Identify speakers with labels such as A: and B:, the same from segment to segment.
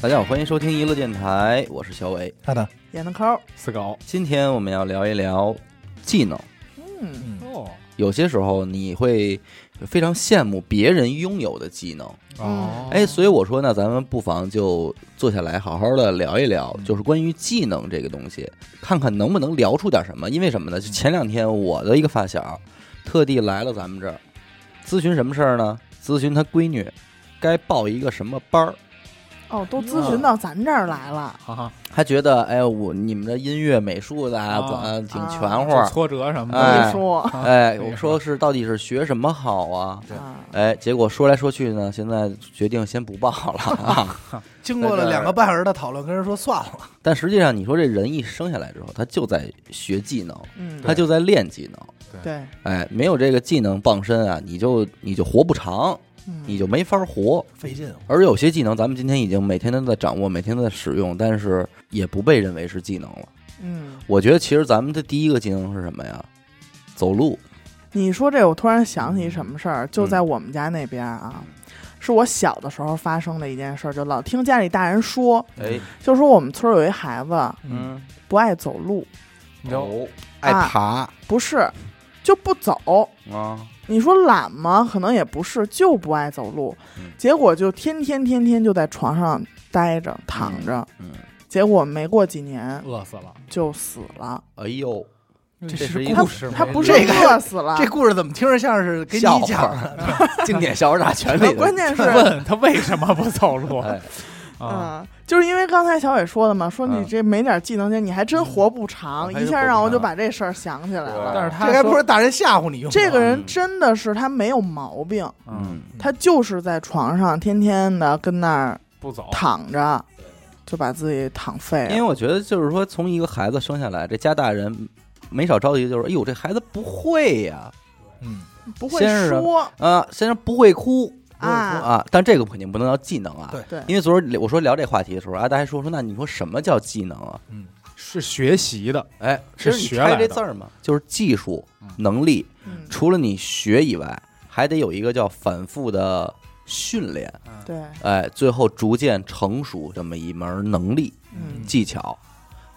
A: 大家好，欢迎收听娱乐电台，我是小伟。
B: 太太，
C: 演的抠，
D: 四狗
A: 今天我们要聊一聊技能。
C: 嗯，
D: 哦
A: 有些时候你会非常羡慕别人拥有的技能，
C: 嗯
D: 哦，
A: 哎，所以我说呢，咱们不妨就坐下来好好的聊一聊，
B: 嗯
A: 就是关于技能这个东西，看看能不能聊出点什么。因为什么呢？就前两天我的一个发小，特地来了咱们这儿，咨询什么事儿呢？咨询他闺女该报一个什么班儿。
C: 哦，都咨询到咱这儿来了，
D: 哈哈，
A: 他觉得，哎呀，我你们这音乐、美术的啊，
D: 啊
A: 怎么挺
C: 啊
A: 全乎儿？
D: 挫折什么
A: 哎
C: 艺
D: 的，
C: 术
D: 啊
A: 哎，
D: 这个
A: 我说是到底是学什么好啊？
B: 对
C: 啊，
A: 哎，结果说来说去呢，现在决定先不报了 啊。
B: 经过了两个半小时的讨论，跟人说算了，
A: 但实际上，你说这人一生下来之后，他就在学技能，
C: 嗯，
A: 他就在练技能。
C: 对，
A: 哎，没有这个技能傍身啊，你就你就活不长，
C: 嗯
A: 你就没法活。
B: 费劲。
A: 而有些技能，咱们今天已经每天都在掌握，每天都在使用，但是也不被认为是技能了。
C: 嗯，
A: 我觉得其实咱们的第一个技能是什么呀？走路。
C: 你说这，我突然想起什么事儿，
A: 嗯
C: 就在我们家那边啊。是我小的时候发生的一件事儿，就老听家里大人说，
A: 哎，
C: 就说我们村儿有一孩子
A: 嗯，
C: 不爱走路，
D: 你知道
A: 爱
C: 啊
A: 爬
C: 不是就不走。
A: 啊，
C: 你说懒吗？可能也不是，就不爱走路。
A: 嗯
C: 结果就天天天天就在床上待着躺着，
A: 嗯，
C: 结果没过几年
D: 饿死了，
C: 就死了。
A: 哎呦，
D: 这
A: 是一
D: 是
A: 个
D: 故事吗，
C: 他不是
B: 这个
C: 饿死了，
B: 这故事怎么听着像是给你
A: 笑
B: 讲
A: 话
B: 的？
A: 经典笑话大 全里的，
C: 关键是，
D: 问他为什么不走路
A: 哎，
D: 啊？
C: 嗯，就是因为刚才小伟说的嘛，说
A: 嗯
C: 你这没点技能点，你还真活不长，
A: 还
C: 一
A: 真
C: 下
A: 活
C: 让
A: 不
C: 我就
A: 长
C: 把这事儿想起来
A: 对
C: 了。
D: 但是他
B: 这该
D: 说
B: 不是大人吓唬你用的吧？
C: 这个人
A: 嗯
C: 真的是他没有毛病，
D: 嗯
A: 嗯，
C: 他就是在床上天天的跟那儿
D: 不走，
C: 躺着，就把自己躺
D: 嗯
C: 废
A: 因为
C: 了。
A: 我觉得就是说，从一个孩子生下来，这家大人没少着急，就是哎呦，这孩子不会呀、
B: 嗯，
C: 不会
A: 先是
C: 说
A: 啊，先生不会哭
C: 啊，
A: 啊，但这个肯定不能叫技能啊。
B: 对
C: 对
A: 因为昨儿我说聊这话题的时候，啊，大家还说说，那你说什么叫技能啊？
D: 是学习的，
A: 哎，其
D: 是
A: 实你
D: 学
A: 猜
D: 来
A: 这
D: 的
A: 字儿嘛，就是技术
D: 嗯
A: 能力，
C: 嗯，
A: 除了你学以外，还得有一个叫反复的训练，
C: 嗯对，
A: 哎，最后逐渐成熟这么一门能力
C: 嗯
A: 技巧。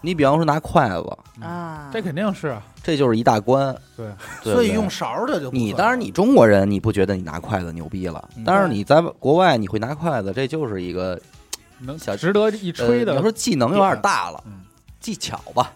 A: 你比方说拿筷子，
D: 嗯
C: 啊，
D: 这肯定是啊
A: 这就是一大关，
D: 对
A: 对不对
B: 所以用勺的就不
A: 你
B: 算
A: 当然你中国人你不觉得你拿筷子牛逼了
B: 嗯，
A: 但是你在国外你会拿筷子，这就是一个
D: 能
A: 小
D: 值得一吹
A: 呃
D: 的
A: 你要，说技能有点大了
D: 嗯，
A: 技巧吧，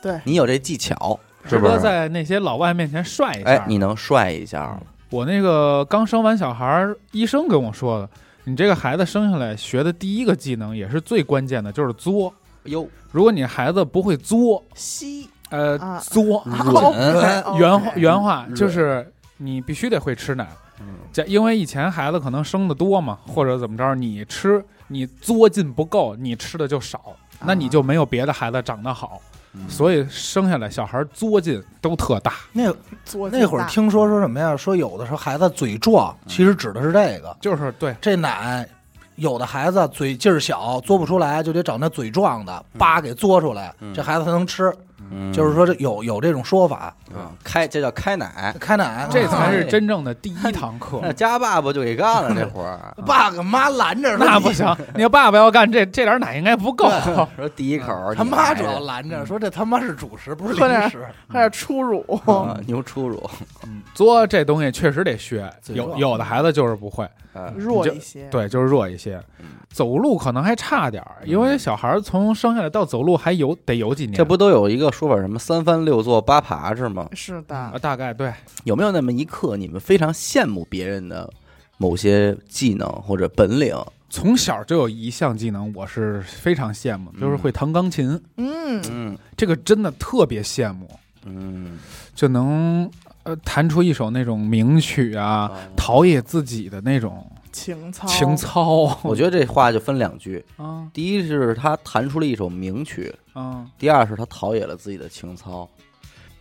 C: 对
A: 你有这技巧是
D: 值
A: 不
D: 得
A: 是？
D: 在那些老外面前帅一
A: 哎
D: 下，。
A: 你能帅一下了，
D: 我那个刚生完小孩儿，医生跟我说的，你这个孩子生下来学的第一个技能也是最关键的，就是作。
B: 嗯
A: 哟，
D: 如果你孩子不会作，
C: 吸哦
D: 呃，
C: 啊
D: 作
A: 忍，
C: OK，OK
D: 原话原话
A: 嗯
D: 就是你必须得会吃奶，
A: 嗯
D: 这因为以前孩子可能生的多嘛，或者怎么着，你吃你作劲不够，你吃的就少，那你
A: 啊
D: 就没有别的孩子长得好，
A: 嗯
D: 所以生下来小孩作劲都特大，
B: 那
C: 作
B: 那会儿听说说什么呀？说有的时候孩子嘴壮，其实指的是这个。
D: 就是对，
A: 啊
B: 这奶，有的孩子嘴劲儿小，嘬不出来，就得找那嘴壮的，叭给嘬出来，
A: 嗯
B: 这孩子才能吃。
A: 嗯
B: 就是说这有有这种说法，
A: 啊开这叫开奶，
B: 开奶。
D: 这才是
A: 哎
D: 真正的第一堂 课。
A: 那家爸爸就给干了这活儿
B: 爸跟妈拦着，
D: 那不 行，你要爸爸要干这这点奶应该不够，
A: 说第一口儿
B: 他
A: 你
B: 妈
A: 来嗯
B: 主要
A: 着
B: 拦着，说这他妈是主食，不是
C: 喝点
B: 零食。
C: 有点出辱，
A: 啊牛初乳，
D: 作这东西确实得学，
B: 嘴
D: 有
B: 弱
D: 有的孩子就是不会。
A: 哎
C: 弱
D: 就
C: 一些，
D: 对，就是弱一些
A: 嗯。
D: 走路可能还差点儿，因为小孩儿从生下来到走路还有得有几年，
A: 这不都有一个说法，什么三翻六坐八爬是吗？
C: 是的
D: 啊，，大概对，
A: 有没有那么一刻，你们非常羡慕别人的某些技能或者本领？
D: 从小就有一项技能，我是非常羡慕，就是会弹钢琴，
C: 嗯，
A: 嗯
D: 这个真的特别羡慕，
A: 嗯
D: 就能呃弹出一首那种名曲啊，
A: 哦
D: 陶冶自己的那种
C: 情操，
D: 情操
A: 我觉得这话就分两句，
D: 啊
A: 第一是他弹出了一首名曲，
D: 啊
A: 第二是他陶冶了自己的情操。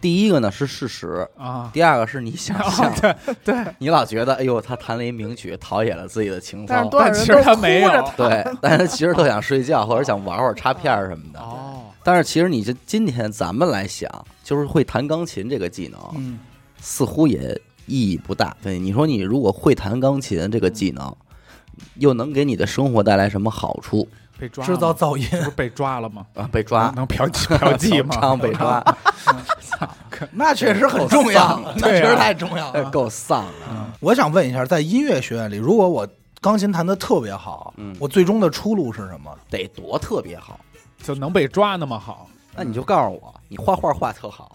A: 第一个呢是事实，
D: 啊！
A: 第二个是你想象。
D: 对，
A: 你老觉得哎呦，他弹了一名曲，陶冶了自己的情
C: 但
A: 操
C: 是。多少人
D: 但其
C: 都
D: 实他
C: 哭
D: 没
C: 着
D: 有
C: 弹
A: 对，但是其实都想睡觉，或者想玩会儿插片儿什么的。
D: 哦，
A: 但是其实你这今天咱们来想，就是会弹钢琴这个技能，
D: 嗯，
A: 似乎也意义不大。对，你说你如果会弹钢琴这个技能，又能给你的生活带来什么好处
D: 被抓了
B: 制造
D: 吗
B: 噪音，
D: 不是被抓了吗？
A: 啊？被抓，
D: 能嫖妓 嫖妓吗？
A: 常被 抓，
B: 那确实很重 要，那
D: 对啊
B: 确实太重要了。
A: 够丧啊的。
B: 我想问一下，在音乐学院里，如果我钢琴弹得特别好，
A: 嗯
B: 我最终的出路是什么？
A: 得多特别好。
D: 就能被抓那 么好？
A: 那你就告诉我，你画画画特好，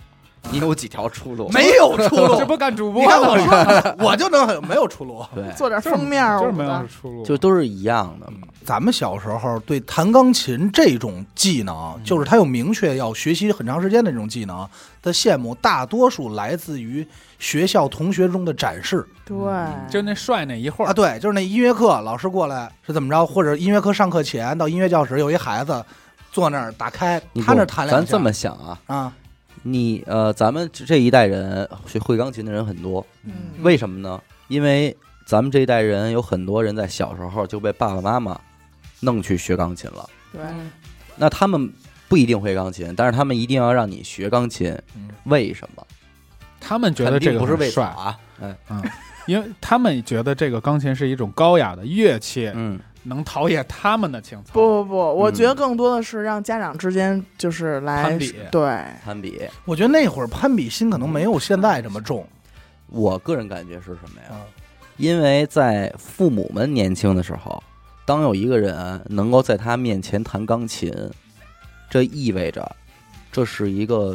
A: 你有几条出路？
B: 没有出
D: 这
B: 路。
D: 不干主播
B: 你看我
D: 了吗？
B: 说，我就能很没有出路。
A: 对，
C: 做点
D: 就是
C: 封面儿
D: 就
C: 我
D: 是没
C: 们
D: 有
C: 的，
D: 出路，
A: 就都是一样的。
B: 嗯咱们小时候对弹钢琴这种技能，就是它有明确要学习很长时间的这种技能的羡慕，大多数来自于学校同学中的展示
C: 对，
D: 就那帅那一会
B: 啊。
D: 儿，
B: 对，就是那音乐课老师过来是怎么着，或者音乐课上课前到音乐教室有一孩子坐那儿打开
A: 你，
B: 他那儿
A: 懂
B: 弹两
A: 咱
B: 下，
A: 这么想啊，
B: 啊，
A: 你呃，咱们这这一代人学会钢琴的人很多，
C: 嗯
A: 为什么呢？因为咱们这一代人有很多人在小时候就被爸爸妈妈弄去学钢琴了。
C: 对，
A: 嗯那他们不一定会钢琴，但是他们一定要让你学钢琴，
B: 嗯
A: 为什么？
D: 他们觉得
A: 肯定
D: 这个
A: 不是
D: 很
A: 为
D: 帅
A: 了，啊，哎，
D: 因为他们觉得这个钢琴是一种高雅的乐器，
A: 嗯，
D: 能陶冶他们的情操。
C: 不不不，我觉得更多的是让家长之间就是来
D: 攀比
C: 对，
A: 攀比，
B: 我觉得那会儿攀比心可能没有现在这么重
A: 我个人感觉是什
D: 嗯
A: 么呀？
B: 啊。
A: 因为在父母们年轻的时候，当有一个人能够在他面前弹钢琴，这意味着这是一个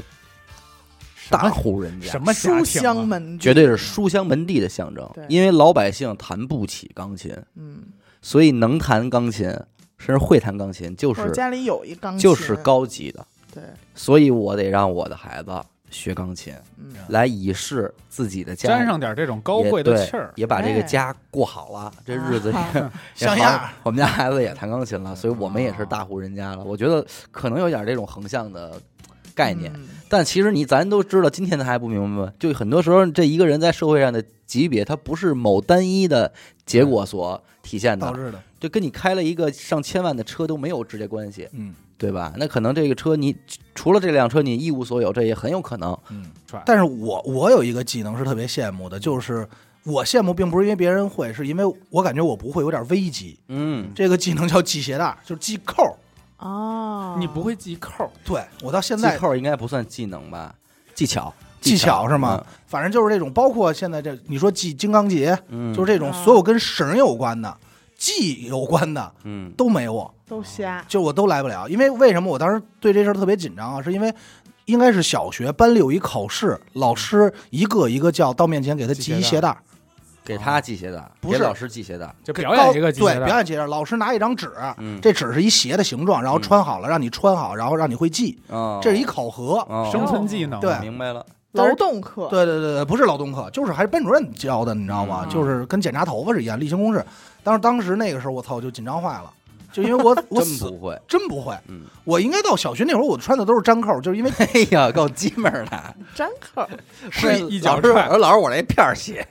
D: 什
A: 大
D: 么
A: 户人家
D: 什，么家
C: 书
D: 庭啊
C: 香？门第，
A: 绝对是书香门第的象征
C: 对。
A: 因为老百姓弹不起钢琴，
C: 嗯，
A: 所以能弹钢琴，甚至会弹钢琴，就
C: 或者
A: 是
C: 家里有一钢琴，
A: 就是高级的。
C: 对，
A: 所以我得让我的孩子学钢琴，
C: 嗯，
A: 来以示自己的家
D: 沾上点这种高贵的气儿，
A: 也把这个
C: 哎
A: 家过好了，这日子也
C: 啊
A: 也
B: 像
A: 好
B: 样儿
A: 我们家孩子也弹钢琴了，所以我们也
D: 啊
A: 是大户人家了。我觉得可能有点这种横向的概念，
C: 嗯
A: 但其实你咱都知道，今天他还不明白，就很多时候这一个人在社会上的级别，它不是某单一的结果所体现
B: 导
A: 的，
B: 致的，
A: 就跟你开了一个上千万的车都没有直接关系，
B: 嗯
A: 对吧？那可能这个车你除了这辆车你一无所有，这也很有可能。
B: 嗯
D: 帅。
B: 但是我我有一个技能是特别羡慕的，就是我羡慕并不是因为别人会，是因为我感觉我不会，有点危机。
A: 嗯，
B: 这个技能叫系鞋带儿，就是系扣儿。
C: 哦，
D: 你不会系扣，
B: 对我到现
A: 系
B: 在
A: 扣应该不算技能吧？技巧，
B: 技巧是吗？？反正就是这种，包括现在这你说系金刚结，
A: 嗯，
B: 就是这种
C: 啊
B: 所有跟绳有关的、系有关的
A: 嗯
B: 都没我。
C: 都瞎，
B: 就我都来不了，因为为什么我当时对这事儿特别紧张啊？是因为应该是小学班里有一考试，老师一个一个叫到面前给他系一鞋带儿，
A: 给他系鞋带，
B: 不
A: 给
B: 是
A: 老师系鞋带。
D: 就
B: 给
D: 表演
B: 高
D: 一个系
B: 对
D: 鞋
B: 表
D: 带，
B: 演鞋带儿，老师拿一张纸，
A: 嗯，
B: 这纸是一鞋的形状，然后穿好了让你穿好，然后让你会系，
A: 哦
B: 这是一考核。
A: 哦
D: 生存技能。
B: 对
A: 明白了，
B: 但
C: 劳
B: 是
C: 动课，
B: 对对对对，不是劳动课，就是还是班主任教的，你知道吗？
C: 嗯
B: 就是跟检查头发是一样，例行公事。当时当时那个时候，我操，我就紧张坏了，就因为我我
A: 真
B: 死
A: 不会。
B: 真不会，
A: 嗯，
B: 我应该到小学那会儿，我穿的都是粘扣，就是因 为
A: 哎呀，够鸡门儿的，
C: 粘扣，
B: 是
D: 一
A: 老
D: 脚
A: 师
D: 踹，
A: 老师我这片儿鞋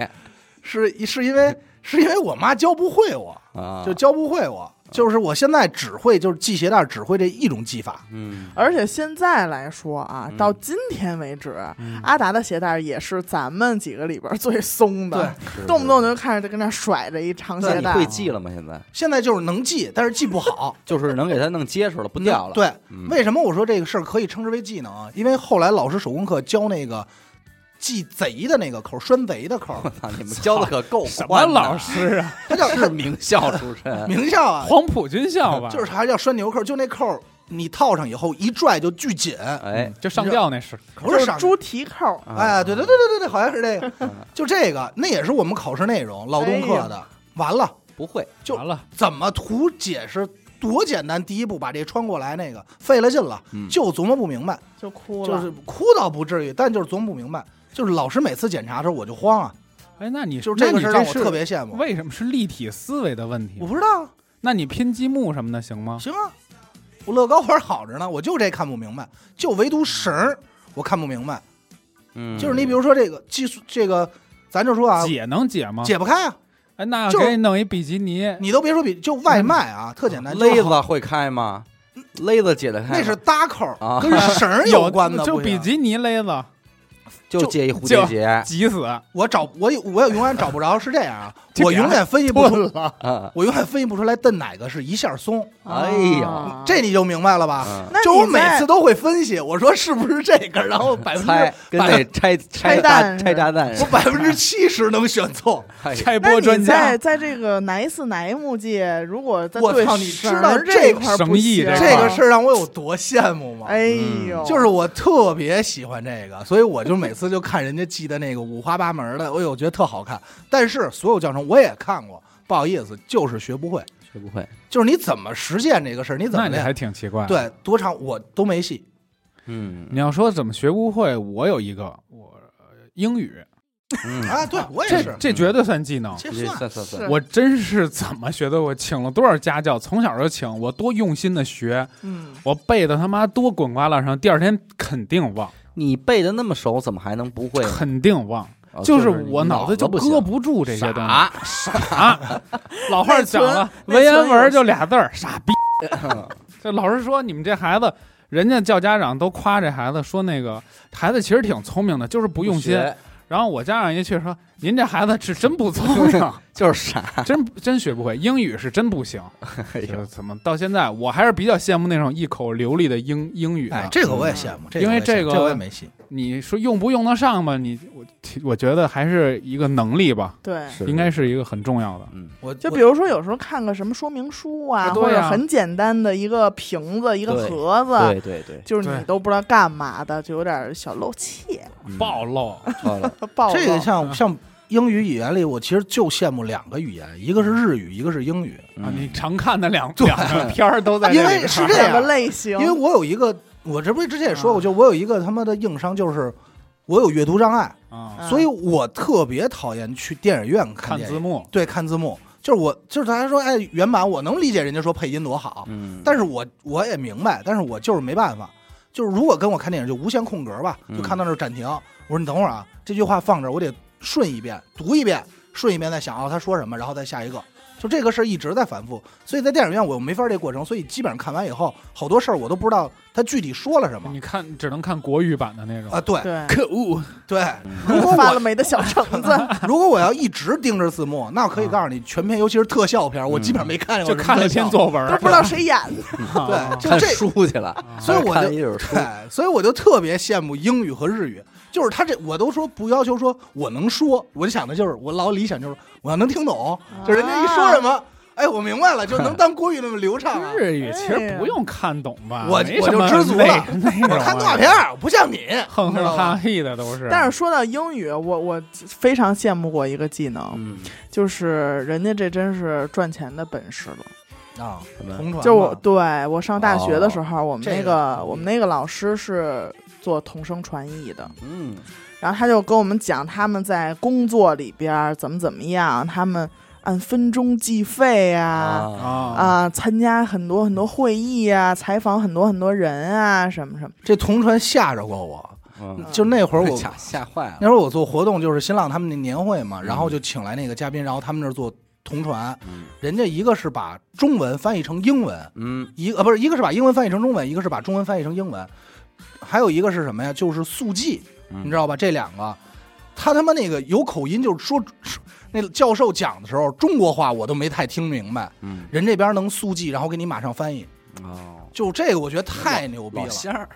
B: 是是因为是因为我妈教不会我，
A: 啊
B: 就教不会我，就是我现在只会就是系鞋带儿，只会这一种系法。
A: 嗯，
C: 而且现在来说啊，
A: 嗯
C: 到今天为止，
D: 嗯
C: 阿达的鞋带也是咱们几个里边最松的，
A: 是
C: 动不动就看着就跟那甩着一长
A: 那
C: 鞋
A: 你
C: 带，
A: 会系了吗？现在，
B: 现在就是能系，但是系不好
A: 就是能给它弄结实了，不 掉了。
B: 对，
A: 嗯，
B: 为什么我说这个事儿可以称之为技能啊？因为后来老师手工课教那个系贼的那个扣儿，拴贼 的扣儿，
A: 操你们教的可够
D: 什么
A: 宽的
D: 老 师啊？
B: 它叫，
A: 是名校出身
B: 名校啊，
D: 黄埔军校吧？
B: 就是还叫拴牛扣儿，就那扣儿你套上以后一拽就巨紧，
A: 哎，
D: 就上吊那是，
B: 不
C: 就是是
B: 上。
C: 猪蹄扣，
A: 啊
B: 哎，对对对对对对，好像是这个， 就这个，那也是我们考试内容，劳动课的。完了，
A: 不会，
B: 就
D: 完了，
B: 怎么图解释多简单？第一步把这穿过来，那个费了劲了，
A: 嗯
B: 就琢磨不明白，
C: 就哭
B: 就
C: 了，
B: 是哭倒不至于，但就是琢磨不明白。就是老师每次检查的时候我就慌啊，
D: 哎，那你
B: 就是这
D: 那
B: 个
D: 你
B: 事儿让我
D: 是
B: 特别羡慕。
D: 为什么是立体思维的问题
B: 我？不知道啊，
D: 那你拼积木什么的行吗？
B: 行啊，我乐高玩好着呢，我就这看不明白，就唯独绳儿我看不明白。
A: 嗯，
B: 就是你比如说这个技术，这个咱就说啊，
D: 解能解吗？
B: 解不开啊，
D: 哎，那
B: 就是
D: 给你弄一比基尼，
B: 你都别说比就外卖啊，特简单，
A: 勒
B: 就是
A: 子会开吗？勒子解得开吗？
B: 那是搭扣儿，
A: 啊
B: 跟绳儿
D: 有
B: 关的，
D: 就
B: 不一啊
D: 比
B: 样
D: 基尼勒子，
A: 就
B: 就
A: 借一蝴蝶结
D: 急死，，
B: 我找我有我也永远找不着，是这样啊
D: 就
B: 我
D: 给它
B: 永远分析不
D: 钝
B: 出，
D: 了，
A: 啊！
B: 我永远分析不出来蹬哪个是一下松，
A: 哎呀，
C: 啊
B: 这你就明白了吧？
A: 嗯
C: 那
B: 就
C: 你
B: 我每
C: 在
B: 次都会分析，我说是不是这个，然后百分
A: 拆
B: 之
A: 跟
B: 百
A: 那拆
C: 拆
A: 炸
C: 弹
A: 拆炸弹似
B: 我
A: 的，
B: 百分之七十能选错，
A: 哎
D: 拆
C: 那
D: 播专
C: 你在
D: 家，
C: 在这个男四男木界，如果在
B: 我
C: 对
B: 操你知
C: 绳
B: 道
C: 儿
B: 这
C: 这
B: 个
C: 块儿
D: 绳
C: 不
D: 艺
C: 行
D: 这
B: 这
D: 块
B: 个事儿让我有多羡慕吗？
C: 啊哎
A: 嗯
C: 呦，
B: 就是我特别喜欢这个，所以我就每次就看人家系的那个五花八门的，哎呦，我觉得特好看。但是所有教程我也看过，不好意思，就是学不会，
A: 学不会，
B: 就是你怎么实践这个事儿，你怎
D: 那
B: 么
D: 你
B: 练
D: 还，挺奇怪。，
B: 对，多长我都没戏。
A: 嗯
D: 你要说怎么学不会，我有一个，我呃英语，
A: 嗯
B: 啊，对我也
D: 这
B: 是，
D: 这绝对算技能。
B: 这
A: 这
B: 算
A: 算算算
C: 是，
D: 我真是怎么学的？我请了多少家教，从小就请，我多用心的学，
C: 嗯，
D: 我背的他妈多滚瓜烂熟，第二天肯定忘，
A: 你背的那么熟，怎么还能不会呢？
D: 肯定忘。
A: 啊
D: 就是
A: 你
D: 我脑子就
A: 不
D: 搁
A: 行
D: 不住这些东西。
A: 傻，
D: 傻，老话讲了，
C: 内存
D: 文言文就俩字儿，傻逼。这老师说你们这孩子，人家叫家长都夸这孩子，说那个孩子其实挺聪明的，就是不
A: 不
D: 用心。
A: 学
D: 然后我家长一去说，您这孩子是真不聪明，
A: 就是傻。
D: 真真学不会，英语是真不行。
A: 哎
D: 就
A: 呦
D: 是怎么到现在，我还是比较羡慕那种一口流利的英英语的。
B: 哎，这个我也羡慕，这个
D: 啊嗯因
B: 我
D: 为
B: 也羡慕
D: 这个
B: 这我也没戏。
D: 你说用不用得上吧？你我我觉得还是一个能力吧，
C: 对。
A: 是
D: 应该是一个很重要的。
A: 嗯，
B: 我
C: 就
B: 我哎
C: 比如说，有时候看个什么说明书啊，
D: 啊对
C: 或者
D: 啊
C: 很简单的一个瓶子、一个
A: 对
C: 盒子，
A: 对对对，
C: 就是
D: 对
C: 你都不知道干嘛的，就有点小露怯，
A: 嗯
D: 暴露，
A: 好了，
C: 暴
B: 这个
C: 露
B: 像像英语语言里，我其实就羡慕两个语言，一个是日语，一个是英语。
A: 嗯
D: 啊，你常看的两两个片儿都在这
B: 因
D: 里边儿，
B: 为是这
C: 两个
B: 样，
C: 类型，
B: 因为我有一个，我这不是之前也说过，
C: 啊
B: 就我有一个他妈的硬伤，就是我有阅读障碍，
D: 啊，
C: 啊
B: 所以我特别讨厌去电影院看
D: 看
B: 电
D: 字
B: 影，
D: 幕，
B: 对，看字幕。就是我，就是大家说，哎，原版我能理解人家说配音多好，
A: 嗯，
B: 但是我我也明白，但是我就是没办法，就是如果跟我看电影就无限空格吧，
A: 嗯
B: 就看到那儿暂停，我说你等会儿啊，这句话放这儿，我得顺一遍，读一遍，顺一遍再想啊他说什么，然后再下一个，就这个事儿一直在反复，所以在电影院我又没法这过程，所以基本上看完以后，好多事儿我都不知道他具体说了什么
D: 你看只能看国语版的那种
B: 啊，对
C: 对，
D: 可恶，
B: 对，
A: 嗯
B: 如 果
C: 发
B: 我
C: 了霉的小橙 子，
B: 如果我要一直盯着字幕，那我可以告诉你，全片尤其是特效片，我基本上没看见
D: 嗯就
B: 过
D: 看了
B: 什么
D: 篇
B: 特效，
D: 作文
C: 都
D: 儿，
C: 不知道谁演的。
D: 啊
B: 对，就
A: 看
B: 这
A: 书去了，
D: 啊
B: 所以我
A: 看
B: 就
A: 一本书，
B: 对，所以我就特别羡慕英语和日语。就是他这，我都说不要求说我能说，我就想的就是我老理想就是我要能听懂，
D: 哦
B: 就是人家一说什么，哎，我明白了，就能当国语那么流畅、啊。
D: 日语其实不用看懂吧，
B: 我
D: 没什么
B: 我就知足了
D: 那那
B: 我
D: 种
B: 看动画片
D: 啊
B: 儿，我不像你，
D: 哼
B: 知
D: 哼
B: 道
D: 哈
B: 吧？
D: 嘿的都是，
C: 但是说到英语，我我非常羡慕过一个技能，
A: 嗯，
C: 就是人家这真是赚钱的本事了。
B: 啊，
A: 什
D: 嗯
A: 么
B: 同传
C: 就我
B: 嘛
C: 对我上大学的时候，我们
B: 哦这
C: 那
B: 个嗯
C: 个我们那个老师是做同声传译的，
A: 嗯，
C: 然后他就跟我们讲他们在工作里边儿怎么怎么样，他们按分钟计费啊。
A: 啊，
D: 啊，
C: 啊、参加很多很多会议啊，采访很多很多人啊，什么什么，
B: 这同传吓着过我，
A: 嗯
B: 就那会儿我
A: 吓吓坏了，
B: 那会儿我做活动就是新浪他们那年会嘛，然后就请来那个嘉宾，然后他们那儿做同传，
A: 嗯
B: 人家一个是把中文翻译成英文，
A: 嗯，
B: 一个、呃不是一个是把英文翻译成中文，一个是把中文翻译成英文，还有一个是什么呀？就是速记，
A: 嗯
B: 你知道吧？这两个，他他妈那个有口音，就是说说那教授讲的时候，中国话我都没太听明白，
A: 嗯，
B: 人这边能速记，然后给你马上翻译，
A: 哦，
B: 就这个我觉得太牛逼
A: 老
B: 了。
A: 仙儿，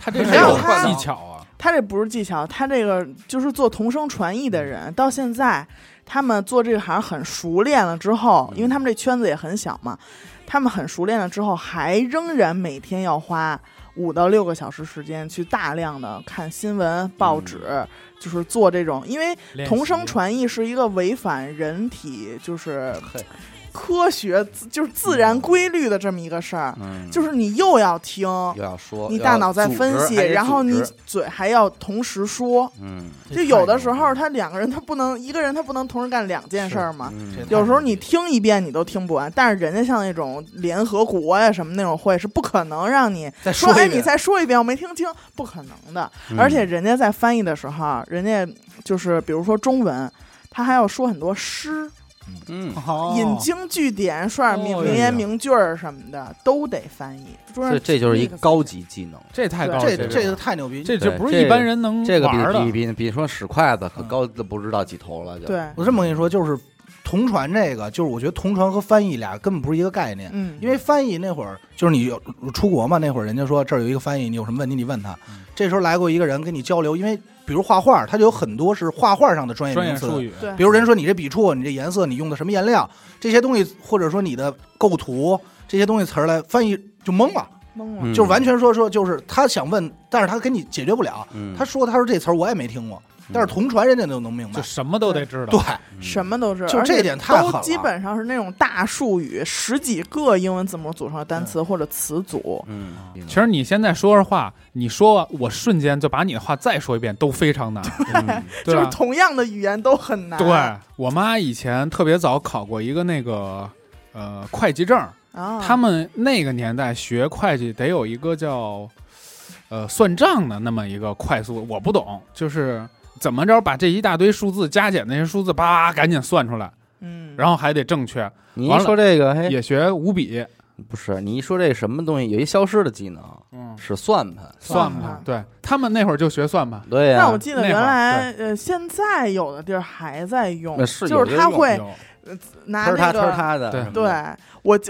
D: 他这是
B: 没有
D: 有
B: 看
D: 技
B: 到
D: 巧啊，
C: 他这不是技巧，他这个就是做同声传译的
A: 嗯
C: 人，到现在他们做这行很熟练了之后，
A: 嗯
C: 因为他们这圈子也很小嘛，他们很熟练了之后，还仍然每天要花五到六个小时时间去大量的看新闻、报纸，
A: 嗯
C: 就是做这种，因为
D: 练习
C: 同声传译是一个违反人体就是
A: 嘿
C: 科学自就是自然规律的这么一个事儿，
A: 嗯，
C: 就是你又要听，
A: 又要说，
C: 你
A: 又
C: 大
A: 要
C: 脑在
A: 组
C: 分
A: 织
C: 析，
A: 还得
C: 然后
A: 组
C: 你
A: 织
C: 嘴还要同时说。
A: 嗯
C: 就有的时候，他两个人他不能一个人他不能同时干两件事儿嘛。
A: 嗯
B: 这
C: 有时候你听一遍你都听不完，但是人家像那种联合国呀、什么那种会是不可能 让你
B: 再
C: 说
B: 说
C: 哎
B: 一
C: 你
B: 遍，
C: 再说一遍我没听清，不可能的。
A: 嗯
C: 而且人家在翻译的时候，人家就是比如说中文，他还要说很多诗，
A: 嗯，
D: 哦
C: 引经据典、说点名
D: 哦
C: 名
D: 哎呀
C: 言名句儿什么的都得翻译。桌
A: 所
C: 上
A: 以这就是一个高级技能，
D: 这太高了，
B: 哦这
D: 这
B: 这
D: 个
B: 个太牛逼！
D: 这就
A: 对
D: 不是
A: 这
D: 一般人能
A: 这个
D: 嗯玩儿的
A: 比比比比说使筷子可
B: 嗯
A: 高的不知道几头了，就，
C: 对，
B: 我这么跟你说，就是同传这个，就是我觉得同传和翻译俩根本不是一个概念。
C: 嗯，
B: 因为翻译那会儿就是你有出国嘛，那会儿人家说这儿有一个翻译，你有什么问题你问他
D: 嗯。
B: 这时候来过一个人跟你交流，因为比如画画，他就有很多是画画上的专业
D: 专
B: 名
D: 业
B: 词，
D: 术语，
C: 对
B: 比如人说你这笔触、你这颜色、你用的什么颜料这些东西，或者说你的构图这些东西词儿来翻译就懵了，
C: 懵了，
A: 嗯
B: 就是完全说说就是他想问，但是他跟你解决不了。
A: 嗯，
B: 他说他说这词儿我也没听过，但是同传人家就能明白
D: 嗯就。什么都得知道
B: 对。，
A: 嗯
C: 什么都是，
B: 就
C: 而且
B: 这点太狠
C: 都
B: 了
C: 基本上是那种大术语，十几个英文字母组成的单词或者词组。
A: 嗯，
D: 其实你现在说说话，你说我瞬间就把你的话再说一遍，都非常 难，
A: 嗯
D: 对
C: 就是
D: 吧？
C: 同样的语言都很难。啊
D: 对我妈以前特别早考过一个那个呃会计证儿，
C: 啊，
D: 他们那个年代学会计得有一个叫呃算账的那么一个快速，我不懂，就是怎么着把这一大堆数字加减那些数字叭赶紧算出来，
C: 嗯，
D: 然后还得正确，
A: 你
D: 完
A: 一
D: 了
A: 说这个，嘿，
D: 也学五笔，
A: 不是你一说这什么东西，有一消失的技能
D: 嗯，
A: 是算盘，
D: 算
C: 算
D: 盘
C: 盘，
D: 对他们那会儿就学算盘，
A: 对呀
C: 但我，记得
D: 那会
C: 原
D: 儿
C: 来呃，现在有的地儿还在用，
A: 那是
C: 就
A: 有
C: 是
A: 的
C: 他
A: 用
C: 会
D: 有
C: 拿
A: 呲他
C: 那
A: 呲
C: 个，
A: 他的，
B: 嗯
D: 对
A: 什么的
C: 对，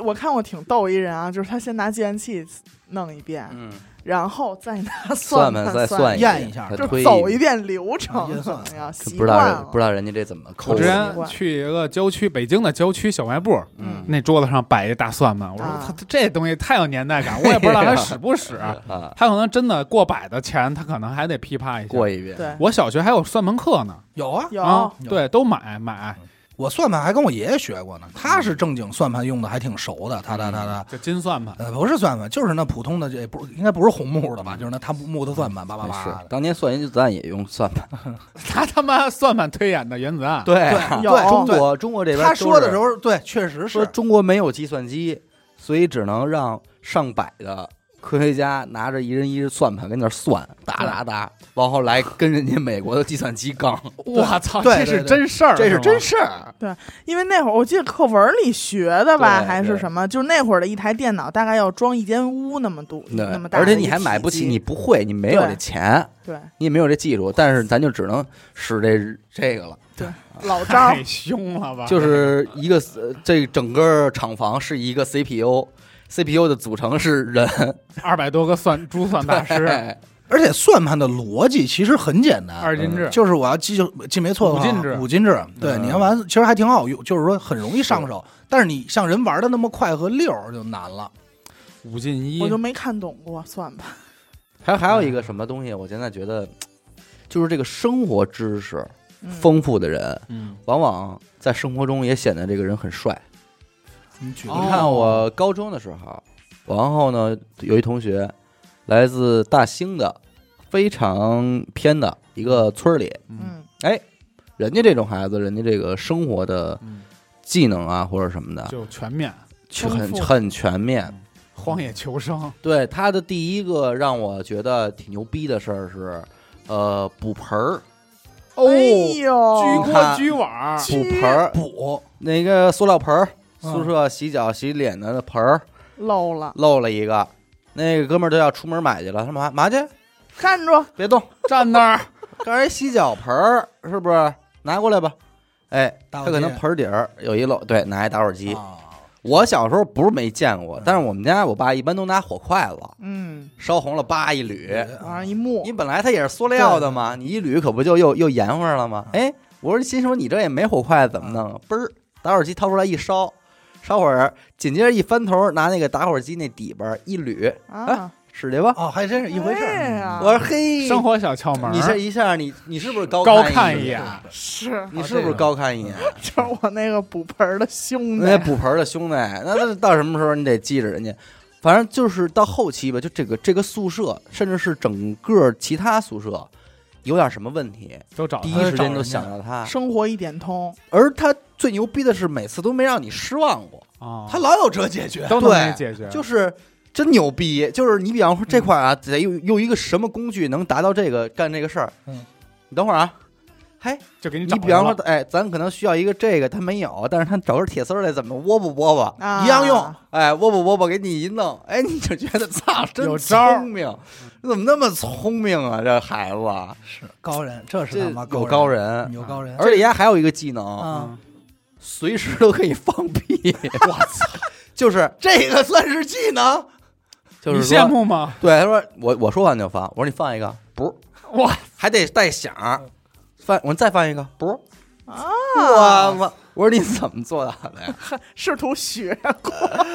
C: 我我看过挺逗一人啊，就是他先拿计算器弄一遍，
A: 嗯，
C: 然后再拿
A: 算
C: 盘
A: 盘再
C: 算
A: 算
C: 一
B: 一遍验一下
A: 再
C: 就
A: 推
C: 走
A: 一
C: 一
A: 遍
C: 遍流程
B: 验
C: 怎
B: 算
C: 么样，习
A: 不知
C: 惯
A: 道人
C: 了，
A: 不知道人家这怎么抠
D: 我之
A: 的，
C: 习惯
D: 前去一个郊区，北京的郊区小卖部，
A: 嗯
D: 那桌子上摆一大算盘，我说
C: 啊
D: 他这东西太有年代感，我也不知道它使 不使，
A: 啊，
D: 他可能真的过百的钱，他可能还得批判一下。
A: 过一遍，
C: 对，
D: 我小学还有算盘课呢，
B: 有啊，
C: 有、
D: 啊，
B: 有
D: 对，都买买，
B: 我算盘还跟我爷爷学过呢，他是正经算盘用的还挺熟的，他他他他。
D: 就金算盘，
B: 呃，不是算盘，就是那普通的，这不应该不是红木的吧？就是那他木头算盘，叭叭
A: 没
B: 叭
A: 事，
B: 的。
A: 当年算一咱也用算盘，
D: 他他妈算盘推演的原子弹，
A: 嗯对
B: 对
C: 有
A: 啊中
B: 对，对
A: 国中国这边
B: 他说的时
A: 候
B: 候，对，确实
A: 说
B: 是
A: 中国没有计算机，所以只能让上百的科学家拿着一人一人算盘跟那儿算，哒哒哒，然后来跟人家美国的计算机杠，
D: 我操，
B: 对
D: 这
B: 对
D: 是
B: 对
D: 真事儿，
A: 这是真
D: 事。
A: 事儿。
C: 因为那会儿我记得课文里学的吧，
A: 对
C: 还是
A: 对
C: 什么，就那会儿的一台电脑大概要装一间屋那么多，
A: 对
C: 那么大，
A: 而且你还买不起，你。不会，你没有这
C: 对
A: 钱，
C: 对，
A: 你也没有这技术，但是咱就只能使这这个了。
C: 老招儿
D: 太凶了吧！
A: 啊就是一个呃这整个厂房是一个 CPU。CPU 的组成是人，
D: 二百多个算珠算大师，
A: 对
B: 而且算盘的逻辑其实很简单，
D: 二进制，
B: 就是我要记就记没错的话，
D: 五进制
B: 五进制。对，
A: 嗯
B: 你看完其实还挺好用，就是说很容易上手。但是你像人玩的那么快和溜儿就难了。
D: 五进一
C: 我，就没看懂过，算吧。
A: 还还有一个什么东西，我现在觉得，就是这个生活知识
C: 嗯、
A: 丰富的人，
D: 嗯，
A: 往往在生活中也显得这个人很帅。
B: 你举个
D: 哦
A: 你看我高中的时候，然后呢，有一同学来自大兴的非常偏的一个村儿里，
C: 嗯，
A: 人家这种孩子，人家这个生活的
D: 嗯
A: 技能啊或者什么的，
D: 就全面
A: 全很
C: 丰富
A: 很全面。
D: 荒野求生，
A: 对他的第一个让我觉得挺牛逼的事儿是，呃，补盆儿，
D: 哦，
C: 哎呦，
D: 居锅居碗，
A: 补盆儿，
B: 补，
A: 那个塑料盆儿，
B: 嗯
A: 宿舍洗脚洗脸的那盆儿
C: 漏了，
A: 漏了一个，那个哥们儿就要出门买去了，他嘛嘛去，
C: 站住！
A: 别动，
D: 站那 儿，
A: 刚才洗脚盆儿是不是拿过来吧？哎，
B: 打
A: 他
B: 火
A: 可能
B: 机
A: 盆儿底儿有一漏，对，拿一打火机。
B: 啊
A: 我小时候不是没见过，但是我们家我爸一般都拿火筷子
C: 嗯，
A: 烧红了，叭一捋。
C: 往上一木
A: 你，本来它也是塑料的嘛，你一捋可不就又又盐乎了吗？
D: 嗯
A: 哎，我说心说你这也没火筷子怎么弄啊？嘣儿，打火机掏出来一烧，烧会儿，紧接着一翻头拿那个打火机那底巴儿一捋，
C: 啊，
A: 使去吧。
B: 哦，还真是一回事
C: 对
B: 儿。嗯
C: 呀、
A: 我说嘿，
D: 生活小窍啊门儿，
A: 你这一下你你是不是高
D: 高
A: 看
D: 看一眼，啊
C: 是，
A: 你是不是高看一眼？
C: 就是我那个补盆儿的兄弟
A: 那，补盆儿的兄弟，那那到什么时候你得记着人家。反正就是到后期吧，就这个这个宿舍，甚至是整个其他宿舍，有点什么问题，
D: 都找
A: 第
D: 他
A: 一时间
B: 人
A: 都
B: 家
A: 想到他。
C: 生活一点通，
A: 而他最牛逼的是，每次都没让你失望过，
D: 啊，
B: 他老有辙解决，
D: 都能给
A: 对啊
D: 解决，
A: 就是真牛逼。就是你比方说这块儿啊，得用用一个什么工具能达到这个干这个事儿。
B: 嗯，
A: 你等会儿啊，嘿，
D: 就给你
A: 你
D: 找
A: 比方说
D: 着了，
A: 哎，咱可能需要一个这个，他没有，但是他找根铁丝儿来，怎么窝不窝吧？
C: 啊
B: 一样用，
A: 哎，窝不窝吧，给你一弄，哎，你就觉得 操，真
D: 有招儿
A: 聪明，你怎么那么聪明啊？这孩子，
B: 是高人，这是
A: 这
B: 他妈
A: 有
B: 高
A: 高，人，
B: 有高人，
A: 而且丫还有一个技能，
B: 啊，
A: 随时都可以放屁。我操，就是
B: 这个算是技能，
A: 就
D: 你
A: 是
D: 羡
A: 说，
D: 慕吗？
A: 对，他说我我说完就放，我说你放一个，不，
D: 哇，
A: 还得带响儿，放我再放一个，不，我
C: 啊，
A: 我我说你怎么做到的呀？
C: 试图学，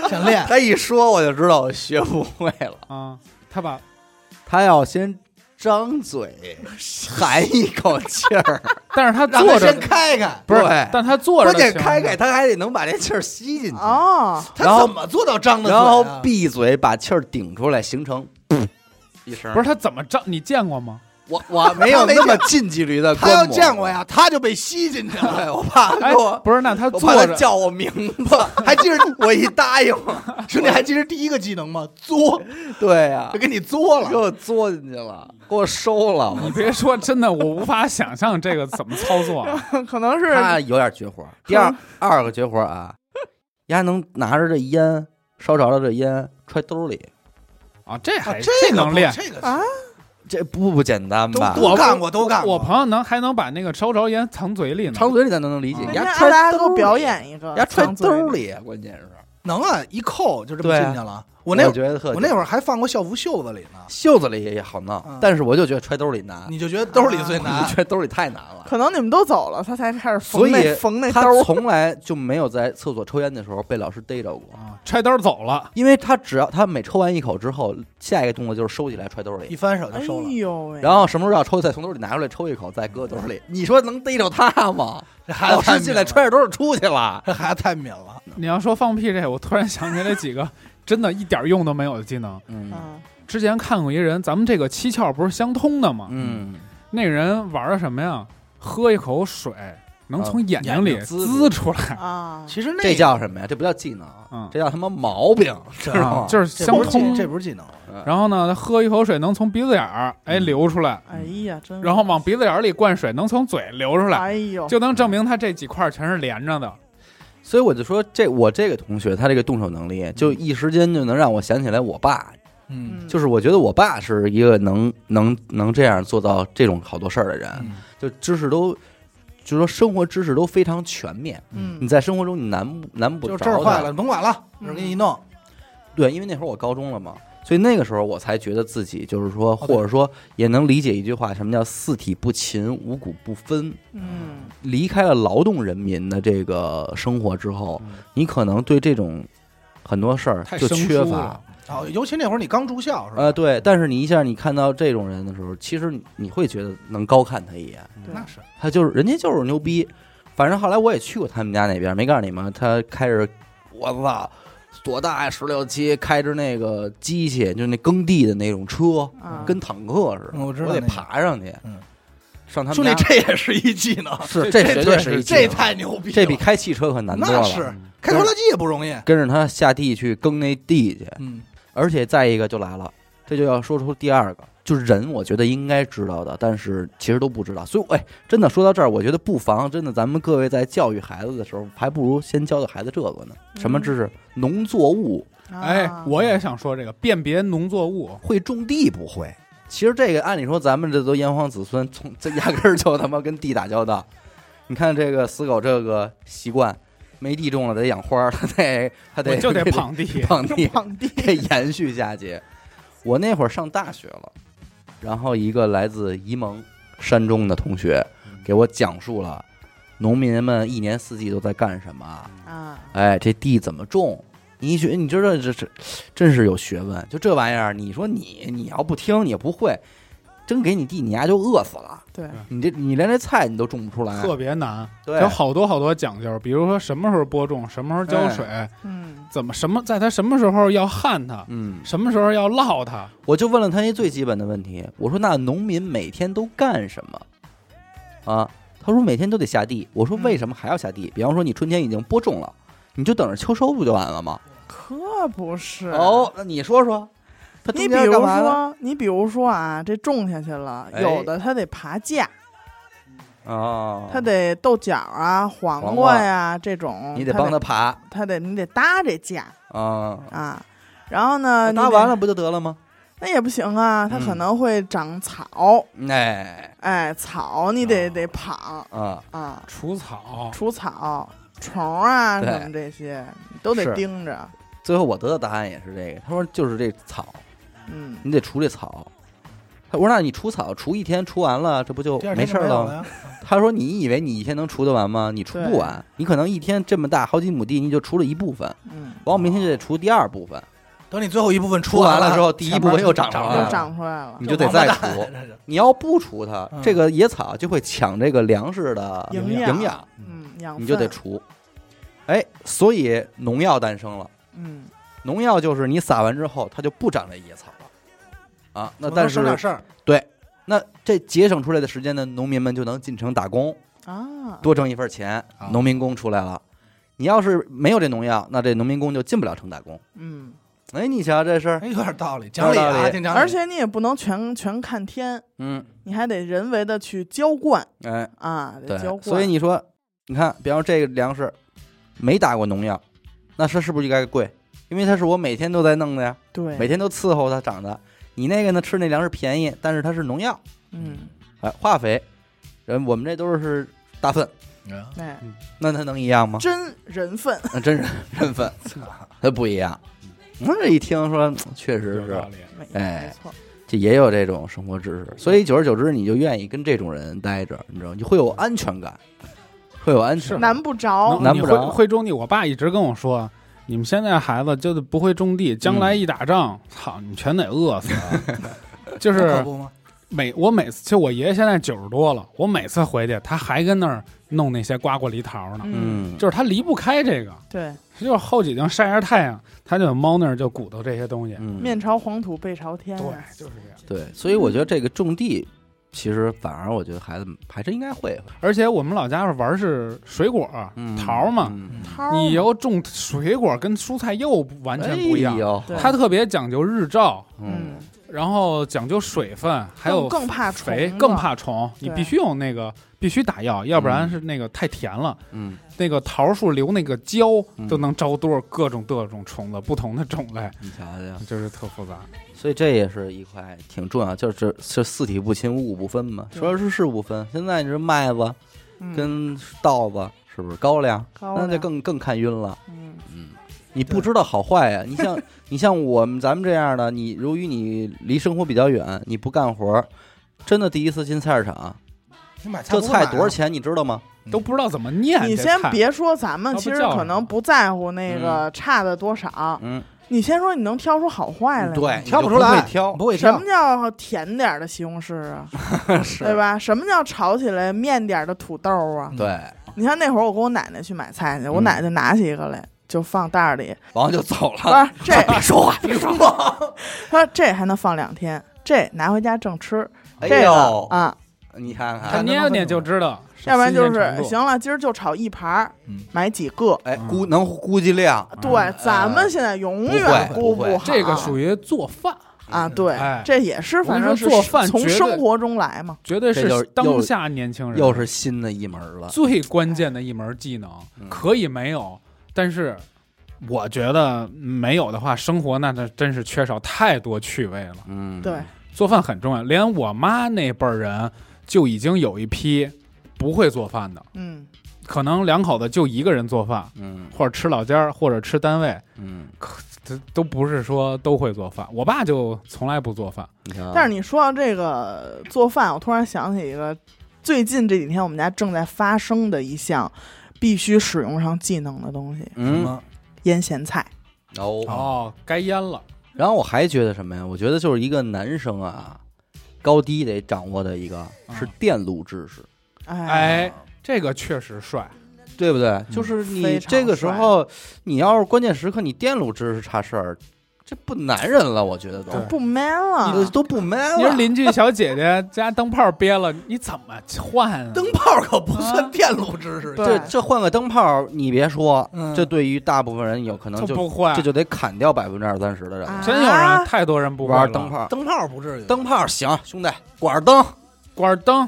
B: 想练，
A: 他一说我就知道我学不会了。
D: 啊，他把
A: 他要先张 嘴含一口气儿，
D: 但是他
B: 让他
D: 坐
B: 先
D: 着
B: 开开。
D: 不是
A: 对，
D: 但他坐着
A: 关
D: 的
A: 键
D: 情
A: 开
D: 况
A: 开，他还得能把这气儿吸进去，
C: 哦，
B: 他怎么做到张的嘴
A: 然
B: 啊？
A: 后闭嘴把气儿顶出来，形 成噗一声。
D: 不是，他怎么张？你见过吗？
A: 我我没有
B: 他没
A: 那么近距离的，
B: 他要见我，呀，他就被吸进去了。
A: 对我怕他
D: 哎
A: 给我，，
D: 不是，那他
A: 我怕
D: 坐
A: 他
D: 着，
A: 叫我名字，还记着我一答应，
B: 兄弟，还记得第一个技能吗？ 作，
A: 对呀
B: 就，给你作 了啊
A: 给。我作进去了，给我收了。
D: 你
A: 我
D: 别说，真的，我无法想象这个怎么操作啊。
C: 可能是
A: 他有点绝活。第二二个绝活啊，丫能拿着这烟烧着了这烟揣兜里，
D: 啊，这还
B: 啊这个
D: 能
B: 不
D: 练？
B: 这个
C: 啊，
A: 这不不简单
B: 都
A: 吧？
D: 我
B: 都干过，都干过。
D: 我朋友能还能把那个烧着烟藏嘴里呢，
A: 长嘴里咱都能理解，
D: 啊
C: 人
A: 丫
C: 嗯家
A: 揣
C: 阿
A: 兜
C: 达给我
A: 里
C: 表，演一个，
A: 丫揣
C: 张嘴
A: 兜，里，啊关键是
B: 能啊，一扣就这么
A: 对啊
B: 进去了。我那
A: 觉得特
B: 我那会
A: 儿
B: 儿还放过校服袖子里呢，
A: 袖子里也好弄
B: 嗯，
A: 但是我就觉得揣兜里难，
B: 你就觉得兜里 最
A: 我
B: 难。
A: 觉得兜里太难了。
C: 可能你们都走了，他才开始
A: 啊所
C: 缝那
A: 以
C: 缝那
A: 他
C: 兜儿，
A: 从来就没有在厕所抽烟的时候被老师逮着过，
D: 啊，揣兜走了，
A: 因为他只要他每抽完一口之后，下一个动作就是收起来揣兜里
B: 一，翻手就
C: 哎
B: 收了，
C: 呦喂，
A: 然后什么时候要抽，再从兜里拿出来抽一口，再搁兜里。你说能逮着他吗？
B: 这孩
A: 老
B: 子太
A: 师
B: 敏
A: 进
B: 了嗯
A: 来揣着兜就出去了。
B: 这孩子太敏了。
D: 你要说放屁这，我突然想起来几个真的一点用都没有的技能。
A: 嗯
C: 嗯，
D: 之前看过一人，咱们这个七窍不是相通的吗？，
A: 嗯，
D: 那人玩的什么呀？喝一口水，能从眼睛里
A: 眼睛
D: 滋出来，
C: 啊，
B: 其实那
A: 这叫什么呀？这不叫技能
D: 嗯，
A: 这叫他妈毛病，知道
D: 啊
A: 吗？
D: 就是
B: 这
D: 相
B: 不是技
D: 通。
B: 这不是技能，
D: 然后呢，他喝一口水能从鼻子眼儿哎
A: 嗯
D: 流出来，
C: 哎呀，真，
D: 然后往鼻子眼儿里灌水能从嘴流出来，
C: 哎呦，
D: 就能证明他这几块儿全是连着的。
A: 所以我就说，这我这个同学他这个动手能力，就一时间就能让我想起来我爸。
B: 嗯，
C: 嗯
A: 就是我觉得我爸是一个能能能这样做到这种好多事儿的人，
B: 嗯
A: 就知识都，就是说生活知识都非常全面。你
C: 嗯
A: 在生活中你难不难不
B: 就
A: 着
B: 这
A: 他
B: 儿坏了，甭管了，
C: 嗯
B: 这儿给你弄。
A: 对，因为那会儿我高中了嘛，所以那个时候我才觉得自己就是说，
B: 哦对
A: 或者说也能理解一句话，什么叫四体不勤，五谷不分。
C: 嗯，
A: 离开了劳动人民的这个生活之后，
D: 嗯
A: 你可能对这种很多事儿
D: 太
A: 就
D: 生疏
A: 缺乏
D: 了。
B: 哦，尤其那会儿你刚住校是吧？
A: 呃，对，但是你一下你看到这种人的时候，其实你你会觉得能高看他一眼，
B: 嗯
C: 对
B: 那是
A: 他就是人家就是牛逼。反正后来我也去过他们家那边，没告诉你们，他开着我操多大呀，十六七，开着那个机器，就那耕地的那种车，
C: 啊
A: 跟坦克似的，
B: 嗯我知道
A: 得
B: 那个
A: 爬上去，
B: 嗯
A: 上他们
B: 兄弟，
A: 家
B: 这也是一技能，
A: 是
D: 这
A: 绝对
D: 这这
A: 是一技
B: 这
A: 能
B: 太牛逼了，
A: 这比开汽车可难多
B: 那
A: 了。
B: 是
D: 嗯
B: 开拖拉机也不容易。
A: 跟着他下地去耕那地去，
B: 嗯，
A: 而且再一个就来了，这就要说出第二个，就是人，我觉得应该知道的，但是其实都不知道。所以，哎，真的说到这儿，我觉得不妨真的，咱们各位在教育孩子的时候，还不如先教教孩子这个呢。什么知识？农作物
D: 哎
C: 啊，
D: 我也想说这个辨别农作物，
A: 会种地不会？其实这个按理说咱们这都炎黄子孙，从这压根儿就他妈跟地打交道。你看这个死狗这个习惯，没地种了得养花儿， 他得他
D: 我
A: 得
D: 就得
A: 捧
D: 捧 地。
A: 捧地，
C: 放地，
A: 得延续下去。我那会儿上大学了，然后一个来自沂蒙山中的同学
D: 嗯
A: 给我讲述了农民们一年四季都在干什么，
D: 嗯
C: 啊，
A: 哎，这地怎么种。你一学，你知道这这真是有学问，就这玩意儿，你说你你要不听，你也不会，真给你地，你丫就饿死了。
C: 对，
A: 你这你连这菜你都种不出来，
D: 特别难，
A: 对
D: 有好多好多讲究，比如说什么时候播种，什么时候浇水，
C: 嗯，
D: 怎么什么在它什么时候要旱它，
A: 嗯，
D: 什么时候要涝它，
A: 我就问了他一最基本的问题，我说那农民每天都干什么？啊，他说每天都得下地。我说
C: 嗯
A: 为什么还要下地？比方说你春天已经播种了，你就等着秋收不就完了吗？
C: 可不是，
A: 哦，那你说说，他
C: 啊你
A: 中
C: 比
A: 间
C: 如
A: 干嘛了？
C: 说，你比如说啊，这种下去了，
A: 哎
C: 有的它得爬架，
A: 哦，
C: 他得豆角啊、黄瓜呀、这种，
A: 你得帮
C: 他
A: 他爬
C: 得，他得你得搭这架
A: 啊，
C: 啊。然后呢，
A: 搭
C: 你得
A: 完了不就嗯得了吗？
C: 那也不行啊，它可能会长草，
A: 哎
C: 哎，草你得、
D: 啊
C: 得捧
A: 啊，
C: 啊，
D: 除草，
C: 除草、虫啊
A: 对
C: 什么这些，你都得
A: 是
C: 盯着。
A: 最后我得到答案也是这个，他说就是这草，
C: 嗯，
A: 你得除这草。他我说那你除草除一天除完了，这不就
B: 第二
A: 没
B: 天
A: 事
B: 就
A: 儿
B: 没有
A: 了吗
B: 了？呀。
A: 他说：“你以为你一天能除得完吗？你除不完，你可能一天这么大好几亩地，你就除了一部分，
C: 嗯，
A: 完我明天就得除第二部分，
C: 啊
B: 等你最后一部分
A: 除
B: 出
A: 完
B: 了
A: 之，后第一部分又长出来
B: 啊前面
C: 又
A: 了，
B: 就
C: 长出来了
A: 你。就得再 除。你要不除它，
B: 嗯
A: 这个野草就会抢这个粮食的
C: 营养
A: 营养，
C: 嗯，养分
A: 你就得除。哎，所以农药诞生了。
C: 嗯，
A: 农药就是你撒完之后，它就不长这野草了啊。那但
B: 省点
A: 是
B: 事儿，
A: 那这节省出来的时间呢，农民们就能进城打工，
C: 啊，
A: 多挣一份钱
D: 啊，
A: 农民工出来了。你要是没有这农药，那这农民工就进不了城打工。
C: 嗯，
A: 哎，你瞧这事儿，
B: 哎，有点道理，讲理
A: 有道
B: 啊，
A: 理
B: 挺讲理。
C: 而且你也不能全全看天，
A: 嗯，
C: 你还得人为的去浇灌
A: 哎，
C: 啊，得
A: 对
C: 浇，灌。
A: 所以你说，你看，比方说这个粮食没打过农药，那它是不是就该贵？因为它是我每天都在弄的呀，
C: 对，
A: 每天都伺候它长的。你那个呢，吃那粮食便宜，但是它是农药，
C: 嗯，
A: 哎，化肥，人我们这都是大粪，
B: 嗯
C: 哎，
A: 那它能一样吗？
C: 真人粪，
A: 那真是 认粪，它不一样。那这一听说，嗯确实
D: 有
A: 是
D: 道，理。
C: 没
A: 哎
C: 没错，
A: 这也有这种生活知识，所以久而久之，你就愿意跟这种人待着，你知道，你会有安全感，会有安全
D: 是
A: 感。
C: 难不着
D: 能
A: 难
D: 你
A: 不
D: 会
A: 着
D: 会种地，我爸一直跟我说，你们现在孩子就是不会种地，将来一打
A: 嗯
D: 仗，操、你们全得饿 死。就
B: 那可
D: 是
B: 不吗？
D: 每我每次，就我爷爷现在九十多了，我每次回去，他还跟那儿弄那些瓜果梨桃呢，
C: 嗯，
A: 嗯，
D: 就是他离不开这个，
C: 对，
D: 他就是后几天晒晒太阳，他就猫那儿就鼓捣这些东西。
A: 嗯
C: 面朝黄土背朝天
D: 对
C: 啊，，
D: 就是这样。
A: 对，所以我觉得这个种地，其实反而我觉得孩子们还真应该会会，
D: 而且我们老家是玩是水果，桃嘛，
A: 嗯
C: 掏
D: 你要种水果跟蔬菜又不完全不一样
A: 哎。呦
C: 对
D: 它特别讲究日照，
A: 嗯，
D: 然后讲究水分，还有
C: 更怕虫
D: 肥，
C: 子
D: 更怕虫。你
C: 对
D: 必须用那个，必须打药，要不然是那个太甜了。
A: 嗯
D: 那个桃树留那个胶
A: 嗯
D: 都能招多少各种各种虫子，不同的种类，
A: 你瞧瞧，
D: 就是特复杂。
A: 所以这也是一块挺重要，就是这四体不勤，五谷不分嘛，
C: 对
A: 说是是不分，现在你这麦子
C: 嗯
A: 跟稻子是不是高粱，
C: 高
A: 那就
C: 粱
A: 更更看晕了。
C: 嗯
A: 你不
B: 对
A: 知道好坏呀、你像你像我们咱们这样的，你由于你离生活比较远，你不干活儿，真的第一次进菜市场，
B: 你买菜
A: 这
B: 不
A: 菜
B: 买啊
A: 多少？钱你知道吗？
D: 都不知道怎么念这菜。
C: 你先别说咱们
D: 它不
C: 其实
D: 叫什
C: 可能
D: 么
C: 不在乎那个差的多少，
A: 嗯，
C: 你先说你能挑出好坏来。
A: 对，，
B: 挑不
A: 你
B: 出
A: 就
B: 来，
A: 会挑，
B: 不会
C: 什
B: 挑
C: 么。叫甜点儿的西红柿啊，对吧？什么叫炒起来面点儿的土豆啊？
A: 对，
C: 你看那会儿我跟我奶奶去买菜去，我
A: 嗯
C: 奶奶拿起一个来就放袋儿里，
A: 完了就走
C: 不
A: 了。
C: 是这，
A: 别说话，别说话。
C: 她说这还能放两天，这拿回家正吃，
A: 哎
C: 这个
A: 呦，
C: 啊，
A: 你看
D: 他
A: 看，
D: 捏捏就知道，
C: 要不然就
D: 新鲜
C: 是
D: 程度
C: 行了，今儿就炒一盘儿
B: 嗯，
C: 买几个。
A: 哎，
D: 嗯
A: 估能估计量，
C: 对，咱们现在永远
A: 不会
C: 估
A: 不会
C: 好
D: 这个属于做饭，
C: 啊，对
D: 哎，
C: 这也是反正是
D: 我跟你说做饭
C: 从
D: 绝对
C: 生活中来嘛，
D: 绝对
A: 这就是是
D: 当下年轻人
A: 又是新的一门儿了。
D: 最关键的一门技能
A: 嗯，
D: 可以没有，但是我觉得没有的话，生活那那真是缺少太多趣味了。
A: 嗯，
C: 对，
D: 做饭很重要，连我妈那辈儿人就已经有一批不会做饭的，
C: 嗯，
D: 可能两口子就一个人做饭，
A: 嗯
D: 或者吃老家儿，或者吃单位，
A: 嗯，
D: 这都不是说都会做饭。我爸就从来不做饭，
A: 你看啊，
C: 嗯但是你说到这个做饭，我突然想起一个，最近这几天我们家正在发生的一项必须使用上技能的东西
B: 什
A: 嗯
B: 么？
C: ——腌咸菜。
A: 哦，
D: 哦，该腌了。
A: 然后我还觉得什么呀？我觉得就是一个男生啊，高低得掌握的一个是电路知识，
C: 哎，
D: 嗯哎，嗯这个确实帅，
A: 对不对？就是
C: 非
A: 你
C: 常
A: 这个时候，你要是关键时刻你电路知识差事儿，这不男人了，我觉得都
D: 对
C: 不 man 了，
A: 你都都不 man
D: 你说
A: 了。
D: 邻居小姐姐家灯泡憋了，你怎么换、啊？
B: 灯泡可不
D: 啊
B: 算电路知识。
C: 对
A: 这这换个灯泡，你别说，
B: 嗯
A: 这对于大部分人有可能
D: 就
A: 就
D: 不换，
A: 这就得砍掉百分之二三十的人了。
C: 啊
D: 真有人，太多人不会了
A: 玩灯，泡，
B: 灯泡不至于，
A: 灯泡行，兄弟，管儿灯
D: 管灯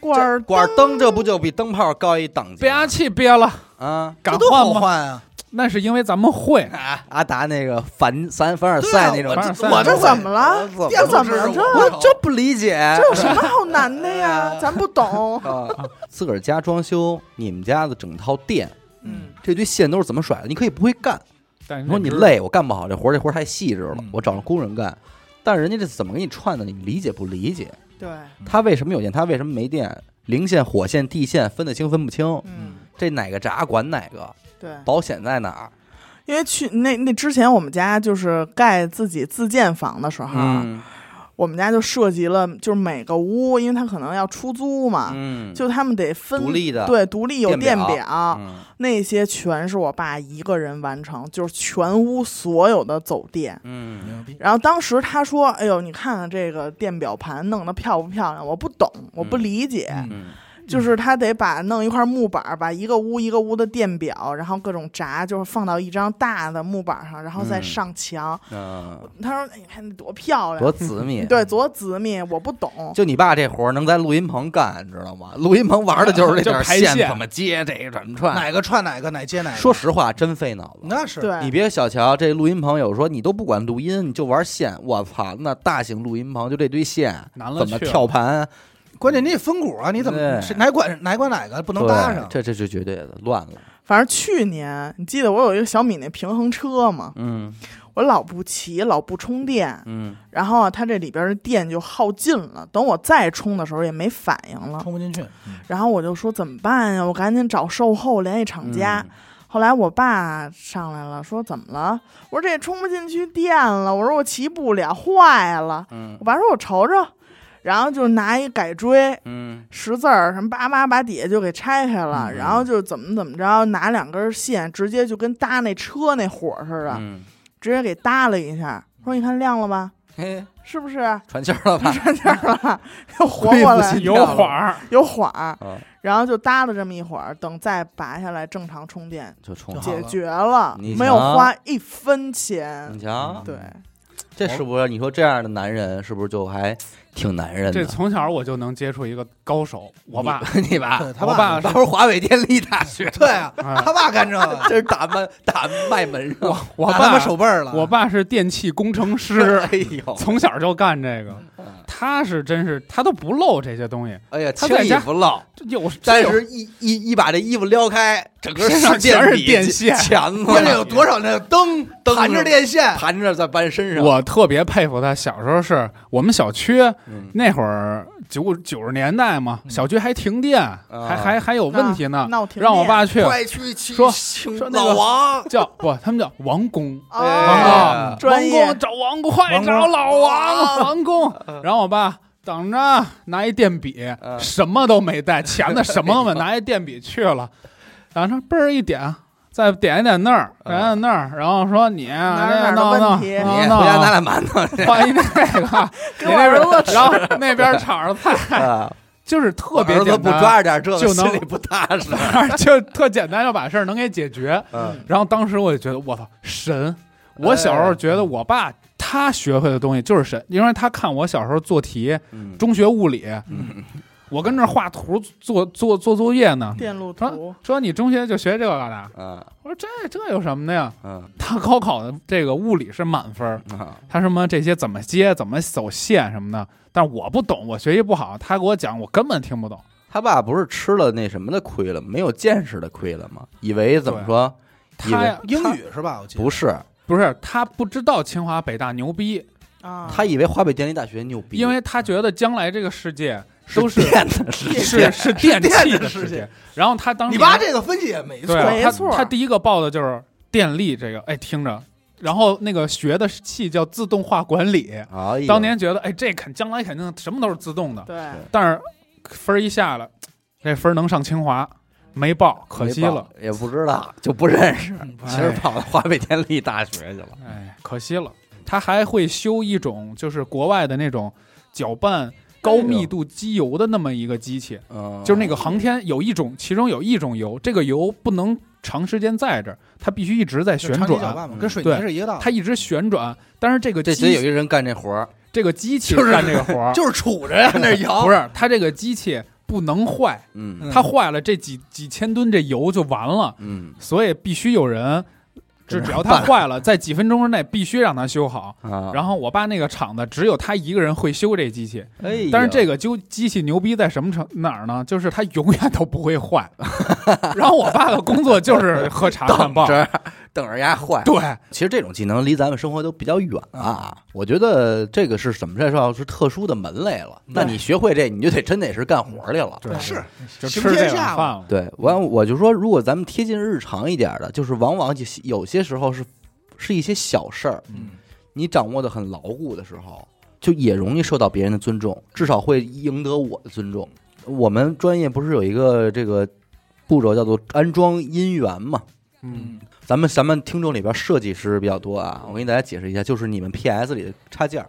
C: 罐儿
A: 管灯这不就比灯泡高一等级
D: 憋
A: 吗
D: 气憋了，
A: 啊？
D: 敢
B: 这都
D: 换
B: 好
D: 吗？
B: 换啊！
D: 那是因为咱们会，
A: 啊阿达那个凡凡凡
D: 啊
A: 尔赛那种，
D: 凡尔赛
B: 啊我
C: 这
B: 都
C: 怎么了？
A: 我
C: 这怎么
B: 电
C: 了？
B: 动制
C: 这
B: 是我
A: 我这不理解，
C: 这有什么好难的呀？咱不懂。
A: 啊，自个儿家装修，你们家的整套电，
C: 嗯，
A: 这堆线都是怎么甩的？你可以不会干，
D: 但
A: 你
D: 是
A: 说你，累，我干不好这活儿，这活儿太细致了，
D: 嗯
A: 我找了工人干。但是人家这怎么给你串的？你理解不理解？
C: 对，嗯
A: 他为什么有电？他为什么没电？零线、火线、地线分得清分不清？
C: 嗯，
A: 这哪个闸管哪个？
C: 对，
A: 保险在哪儿？
C: 因为去那那之前我们家就是盖自己自建房的时候，啊
A: 嗯
C: 我们家就涉及了，就是每个屋，因为他可能要出租嘛，
A: 嗯，
C: 就他们得分
A: 独立的
C: 对，独立有
A: 电
C: 电
A: 表
C: 表，
A: 嗯
C: 那些全是我爸一个人完成，就是全屋所有的走电。
A: 嗯
B: 牛逼，
C: 然后当时他说：“哎呦，你看看这个电表盘弄得漂不漂亮？我不懂，我不理解。
D: 嗯
A: 嗯
C: 就是他得把弄一块木板儿，把一个屋一个屋的电表，然后各种闸，就是放到一张大的木板儿上，然后再
A: 嗯
C: 上墙。
A: 嗯，
C: 他说：‘哎你看多漂亮
A: 多，紫啊密。
C: 对，多紫密，我不懂。
A: 就你爸这活儿能在录音棚干，你知道吗？录音棚玩的就是这点儿
D: 就排线
A: 怎么接，这个怎么串。
B: 哪个串哪个，哪接哪个。
A: 说实话，真费脑子。
B: 那是
C: 对，
A: 你别小瞧这录音棚，有说你都不管录音，你就玩线。我操，那大型录音棚就这堆线，
D: 难了
A: 怎
D: 去
A: 么
D: 了
A: 跳盘？
B: 关键你得分股啊，你怎么
A: 对
B: 谁哪管哪管哪个不能
A: 对
B: 搭上？
A: 这这是绝对的，乱了。
C: 反正去年你记得我有一个小米那平衡车吗？
A: 嗯
C: 我老不骑，老不充电，
A: 嗯，
C: 然后啊，它这里边的电就耗尽了。等我再充的时候也没反应了，
B: 冲不进去，
C: 然后我就说怎么办呀？我赶紧找售后
A: 嗯
C: 联系厂家。后来我爸上来了，说怎么了？我说这也充不进去电了，我说我骑不了，坏了。
A: 嗯
C: 我爸说我瞅瞅，然后就拿一改锥。
A: 嗯
C: 识字儿什么叭叭把底下就给拆开了，
A: 嗯
C: 然后就怎么怎么着，拿两根线直接就跟搭那车那火似的，
A: 嗯，
C: 直接给搭了一下。说你看亮了吧？
A: 嘿，
C: 是不 是？
A: 传气儿了吧？
C: 看见 了，又活过
A: 恢复
C: 来
A: 心，
D: 有
A: 跳
D: 缓儿，
C: 有缓儿，
A: 啊，
C: 然后就搭了这么一会儿，等再拔下来正常充电，
A: 就冲
B: 就好
C: 解
B: 了
C: 决了，
A: 你
C: 没有
A: 瞧
C: 花一分钱
A: 你。瞧，
C: 对，
A: 这是不是你说这样的男人是不是就还挺男人
D: 这
A: 的？
D: 从小我就能接触一个高手，我爸，
A: 你你啊爸
B: 对他
D: 我爸
B: 爸
A: 到时候华北电力大学，
B: 对啊，
D: 哎
B: 他爸干这个，
A: 这是打麦打麦门上，
D: 我
B: 打他
D: 爸
B: 妈手背儿了。
D: 我爸是电气工程师，
A: 哎呦，
D: 从小就干这个。他是真是他都不露这些东西，
A: 哎呀，
D: 他
A: 轻
D: 在
A: 易
D: 家
A: 不漏，
D: 这有
A: 但
D: 这有
A: 是一一一把这衣服撩开，整个
D: 身上
A: 世界
D: 全是
A: 笔
D: 电线
A: 钳子，
B: 关键有多少那个灯
A: 灯
B: 盘着电线，
A: 啊盘着在搬身上，
D: 我特别佩服他。小时候是我们小区
A: 嗯
D: 那会儿九九十年代嘛，小区还停电，还
A: 啊
D: 还还有问题呢，
C: 闹停
D: 让我
C: 电
D: 爸去
A: 快去请
D: 说
A: 请
D: 说那
A: 老
D: 个
A: 王，
D: 叫不，他们叫王工。
C: 哦，
A: 哎
C: 专
D: 王
C: 业
D: 工找王工，快
B: 王工
D: 找老王，王工。然后我爸等着拿一电笔，
A: 嗯
D: 什么都没带，钳子什么都没，拿一电笔去了，然后说嘣儿一点。再点一点那儿，
A: 嗯
D: 点一点那儿，然后说你啊
C: 哪儿
D: 那
C: 哪儿
D: 弄
C: 的
D: 弄
C: 问题
A: 你
D: 弄
A: 哎回
D: 弄
A: 家拿俩馒头去
D: 啊换一那个，
C: 给
D: 你
C: 我
D: 那
C: 儿
D: 边
C: 子吃
D: 然后那边炒着菜，
A: 啊
D: 就是特别
A: 我儿子
D: 简
A: 不
D: 单，
A: 抓着点这个
D: 就能
A: 心里不踏实，
D: 就特简单就把事儿能给解决。
A: 嗯
D: 然后当时我就觉得，我操，神！我小时候觉得我爸他学会的东西就是神，因为他看我小时候做题，
A: 嗯
D: 中学物理，
A: 嗯
D: 我跟那儿画图做做做作业呢。
C: 电路
D: 说
C: 图，
D: 说你中学就学这个了，
A: 啊
D: 我说这这有什么的呀？
A: 嗯
D: 他高考的这个物理是满分儿，
A: 啊
D: 他什么这些怎么接、怎么走线什么的，但是我不懂，我学习不好，他给我讲我根本听不懂。
A: 他爸不是吃了那什么的亏了，没有见识的亏了吗？以为怎么说？以
D: 他
A: 为
D: 呀
B: 英
D: 他
B: 语是吧？我记得
A: 不是，
D: 不是啊他不知道清华北大牛逼，
C: 啊，
A: 他以为华北电力大学牛逼，
D: 因为他觉得将来这个世界都 是
A: 是电的世界
D: 是是电器
B: 电的世
D: 世界
B: 界。
D: 然后他当
B: 你
D: 年
B: 爸这个分析也没错
D: 对，啊
C: 没
D: 他
C: 错
D: 他第一个报的就是电力这个，哎，听着。然后那个学的系叫自动化管理，
A: 哎呀
D: 当年觉得哎这肯将来肯定什么都是自动的，
C: 对，
D: 但是分儿一下来，这分儿能上清华没报，可惜
A: 没
D: 了
A: 报，，也不知道就不认识， 其实
D: 哎
A: 跑到华北电力大学去了。
D: 哎，可惜了。他还会修一种就是国外的那种搅拌高密度机油的那么一个机器，
B: 哦
A: 嗯，
D: 就是那个航天有一种，其中有一种油，这个油不能长时间在这儿，它必须一直在
B: 就
D: 旋
B: 长期搅
D: 转，
B: 拌嘛，
A: 嗯
B: 跟水泥
D: 对
B: 是一个道理，
D: 它一直旋转。但是这个
A: 这其
D: 机
A: 实有一个人干这活儿，
D: 这个机 器
B: 就是
D: 干这个活儿，
B: 就是杵着呀，那摇
D: 不是它这个机器不能坏，
A: 嗯
B: 嗯
D: 它坏了这几几千吨这油就完了，
A: 嗯
D: 所以必须有人，
A: 给
D: 只
A: 它
D: 只 要它坏了，在几分钟之内必须让它修好。
A: 啊，
D: 然后我爸那个厂子只有他一个人会修这机器，
A: 哎，
D: 但是这个就机器牛逼在什么程哪儿呢？就是它永远都不会坏。 然后我爸的工作就是喝茶看
A: 等
D: 报，
A: 着等着丫坏。
D: 对，
A: 其实这种技能离咱们生活都比较远啊。我觉得这个是怎么来说是特殊的门类了。那你学会这，你就得真得是干活儿去了。
D: 对
B: 是
D: 就
B: 行
D: 吃这
B: 天
D: 碗
B: 下
D: 饭
B: 嘛。
D: 了。
A: 对，完我就说，如果咱们贴近日常一点儿的，就是往往有些有些时候是是一些小事儿，
B: 嗯，
A: 你掌握的很牢固的时候，就也容易受到别人的尊重，至少会赢得我的尊重。我们专业不是有一个这个步骤叫做安装音源嘛？
D: 嗯，
B: 嗯，
A: 咱们咱们听众里边设计师比较多啊，我给大家解释一下，就是你们 PS 里的插件儿，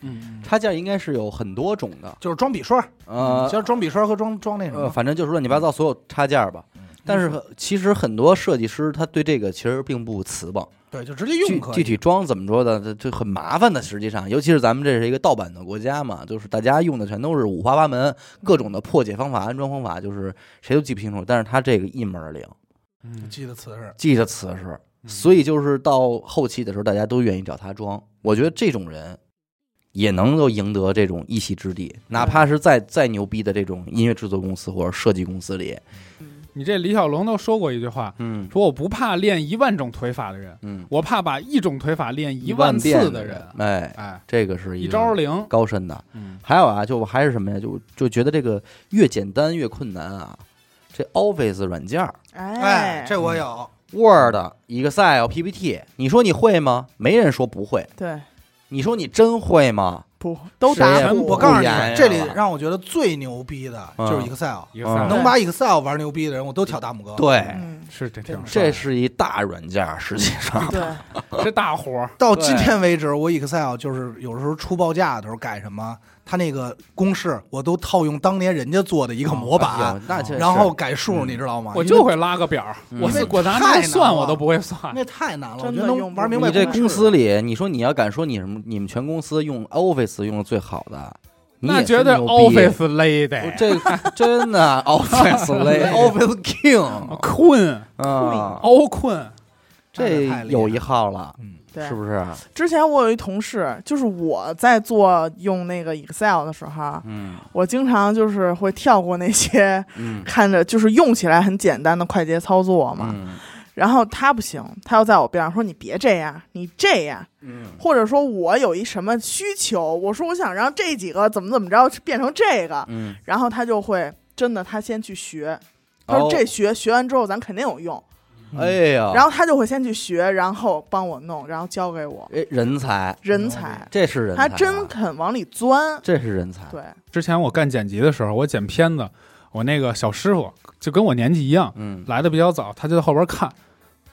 D: 嗯，
A: 插件儿应该是有很多种的，
B: 就是装笔刷，
A: 呃
B: 其，实装笔刷和装装那什
A: 呃，
B: 么，
A: 反正就是乱七八糟所有插件儿吧。但是其实很多设计师他对这个其实并不瓷吧，
B: 对，就直接
A: 具
B: 用可以。
A: 具体装怎么说的，这这很麻烦的。实际上，尤其是咱们这是一个盗版的国家嘛，就是大家用的全都是五花八门，各种的破解方法、安装方法，就是谁都记不清楚。但是他这个一门儿灵，
D: 嗯
B: 记得词是，
A: 记得瓷实，嗯所以就是到后期的时候，大家都愿意找他装。我觉得这种人也能够赢得这种一席之地，哪怕是再再牛逼的这种音乐制作公司或者设计公司里，
D: 你这李小龙都说过一句话，
A: 嗯
D: 说我不怕练一万种腿法的人，
A: 嗯，
D: 我怕把一种腿法练一
A: 万
D: 次
A: 遍的
D: 人。
A: 哎，
D: 哎，
A: 这个是
D: 一
A: 个
D: 招灵。
A: 高深的。
D: 嗯
A: 还有啊，就我还是什么呀，就就觉得这个越简单越困难啊。这 Office 软件儿
B: 哎
C: 哎，，
B: 这我有，
A: Word、Excel、PPT，你说你会吗？没人说不会。
C: 对
A: 你说你真会吗？
C: 不都
A: 谁也
C: 打
A: 不
C: 鼓
B: 我告诉
A: 不
B: 你
A: 言，
B: 这里
A: 呀
B: 让我觉得最牛逼的就是 Excel，
D: 一个赛
A: 嗯
B: 能把 Excel 玩牛逼的人，我都挑大拇哥。，
A: 对，
C: 嗯，
D: 是这挺帅
A: 这
D: 的
A: 是一大软件儿，实际上，
C: 对，
D: 这大活儿，
B: 到今天为止，我 Excel 就是有时候出报价的时候改什么，它那个公式我都套用当年人家做的一个模板，
A: 哦有那这是
B: 然后改数，
A: 嗯
B: 你知道吗？
D: 我
B: 啊因为
D: 就会拉个表儿，
A: 嗯
D: 我
A: 因为
D: 我拿
B: 太
D: 那
B: 难
D: 算我
B: 了
D: 都不会算。
B: 那太难了，我
C: 真
B: 觉
C: 的
B: 得能
C: 用不
B: 玩明白
A: 你这
B: 公式
A: 公司里，你说你要敢说你什么，你们全公司用 Office 用的最好的，你也
D: 那
A: 是
D: 绝对
A: 牛逼哦
D: Office 累的，
A: 这真的啊 Office 类 Office King
B: 哦
D: 困，
A: 啊，
D: 熬困，
A: 这
B: 太厉害
A: 有一号了，
B: 嗯，
C: 对
A: 是不是？
C: 之前我有一同事，就是我在做用那个 Excel 的时候，啊
A: 嗯
C: 我经常就是会跳过那些
A: 嗯
C: 看着就是用起来很简单的快捷操作嘛。
A: 嗯
C: 然后他不行，他要在我边上说：“你别这样，你这样。”
A: 嗯，
C: 或者说我有一什么需求，我说我想让这几个怎么怎么着变成这个，
A: 嗯，
C: 然后他就会真的他先去学，他说
A: 哦
C: 这学、学完之后咱肯定有用，
A: 哎呀，
C: 嗯然后他就会先去学，然后帮我弄，然后教给我，
A: 哎，人才，
C: 人才，
A: 这是人才
C: 他
A: 啊，
C: 真肯往里钻，
A: 这是人才，啊
C: 对，
D: 之前我干剪辑的时候，我剪片子，我那个小师傅就跟我年纪一样，
A: 嗯，
D: 来的比较早，他就在后边看，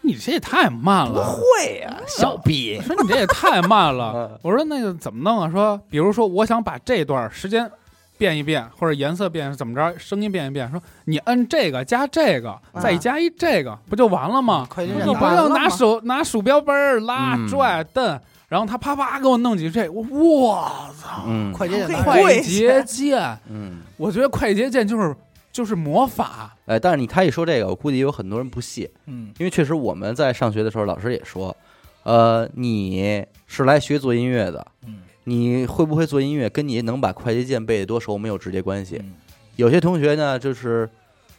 D: 你这也太慢 了。
A: 会啊呀，小逼
D: 我，说你这也太慢
A: 嗯
D: 了。我说那个怎么弄啊？说比如说我想把这段时间变一变，或者颜色变怎么着，声音变一变。说你摁这个加这个，
C: 啊
D: 再加一这个，不就完了吗？
B: 快捷
D: 我
B: 键
D: 就
C: 那嗯
D: 不
C: 完
D: 要
C: 了
D: 拿
C: 吗
D: 手拿鼠标嘣儿拉
A: 嗯
D: 拽蹬，然后他啪啪给我弄几这，我我操！
A: 嗯
B: 快捷键
C: 嗯
B: 拿
C: 会
B: 人
C: 跪下
D: 快捷键，
A: 嗯，
D: 我觉得快捷键就是就是魔法，
A: 哎，但是你他一说这个，我估计有很多人不屑，
B: 嗯，
A: 因为确实我们在上学的时候，老师也说，呃，你是来学做音乐的，
B: 嗯
A: 你会不会做音乐跟你能把快捷键背得多熟没有直接关系。
B: 嗯
A: 有些同学呢，就是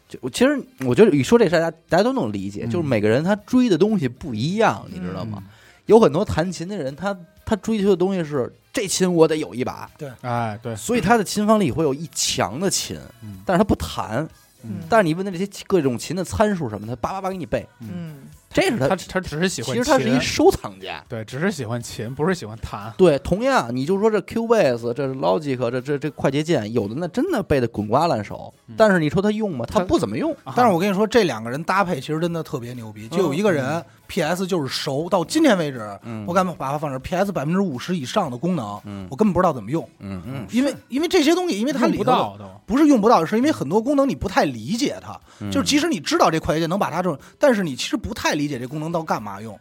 A: 就我其实我觉得你说这事儿，大家大家都能理解，
D: 嗯
A: 就是每个人他追的东西不一样，你知道
D: 嗯
A: 吗？？有很多弹琴的人，他他追求的东西是这琴我得有一把，
D: 哎，对，
A: 所以他的琴房里会有一墙的琴，
D: 嗯
A: 但是他不弹。
C: 嗯
A: 但是你问他这些各种琴的参数什么的，他叭叭叭给你背，
C: 嗯，
A: 这是
D: 他
A: 他
D: 他只是喜
A: 其
D: 欢
A: 实
D: 琴，啊
A: 他是一收藏家。
D: 对，只是喜欢琴，不是喜欢弹。
A: 对，同样你就说这 Cubase，这是 Logic，这这这快捷键，有的那真的背的滚瓜烂熟
D: 嗯，
A: 但是你说他用吗？他
D: 他
A: 不怎么用。
D: 啊
B: 但是我跟你说，这两个人搭配其实真的特别牛逼。就有一个人 PS 就是熟，到今天为止，
A: 嗯
B: 我敢把它放这儿 PS 百分之五十以上的功能，
A: 嗯
B: 我根本不知道怎么用，
A: 嗯嗯
B: 因为因为这些东西，因为它
D: 看
B: 里
D: 不
B: 头
D: 到都，
B: 不是用不到，是因为很多功能你不太理解它。
A: 嗯
B: 就是即使你知道这快捷键能把它这种，但是你其实不太理解这功能到干嘛用。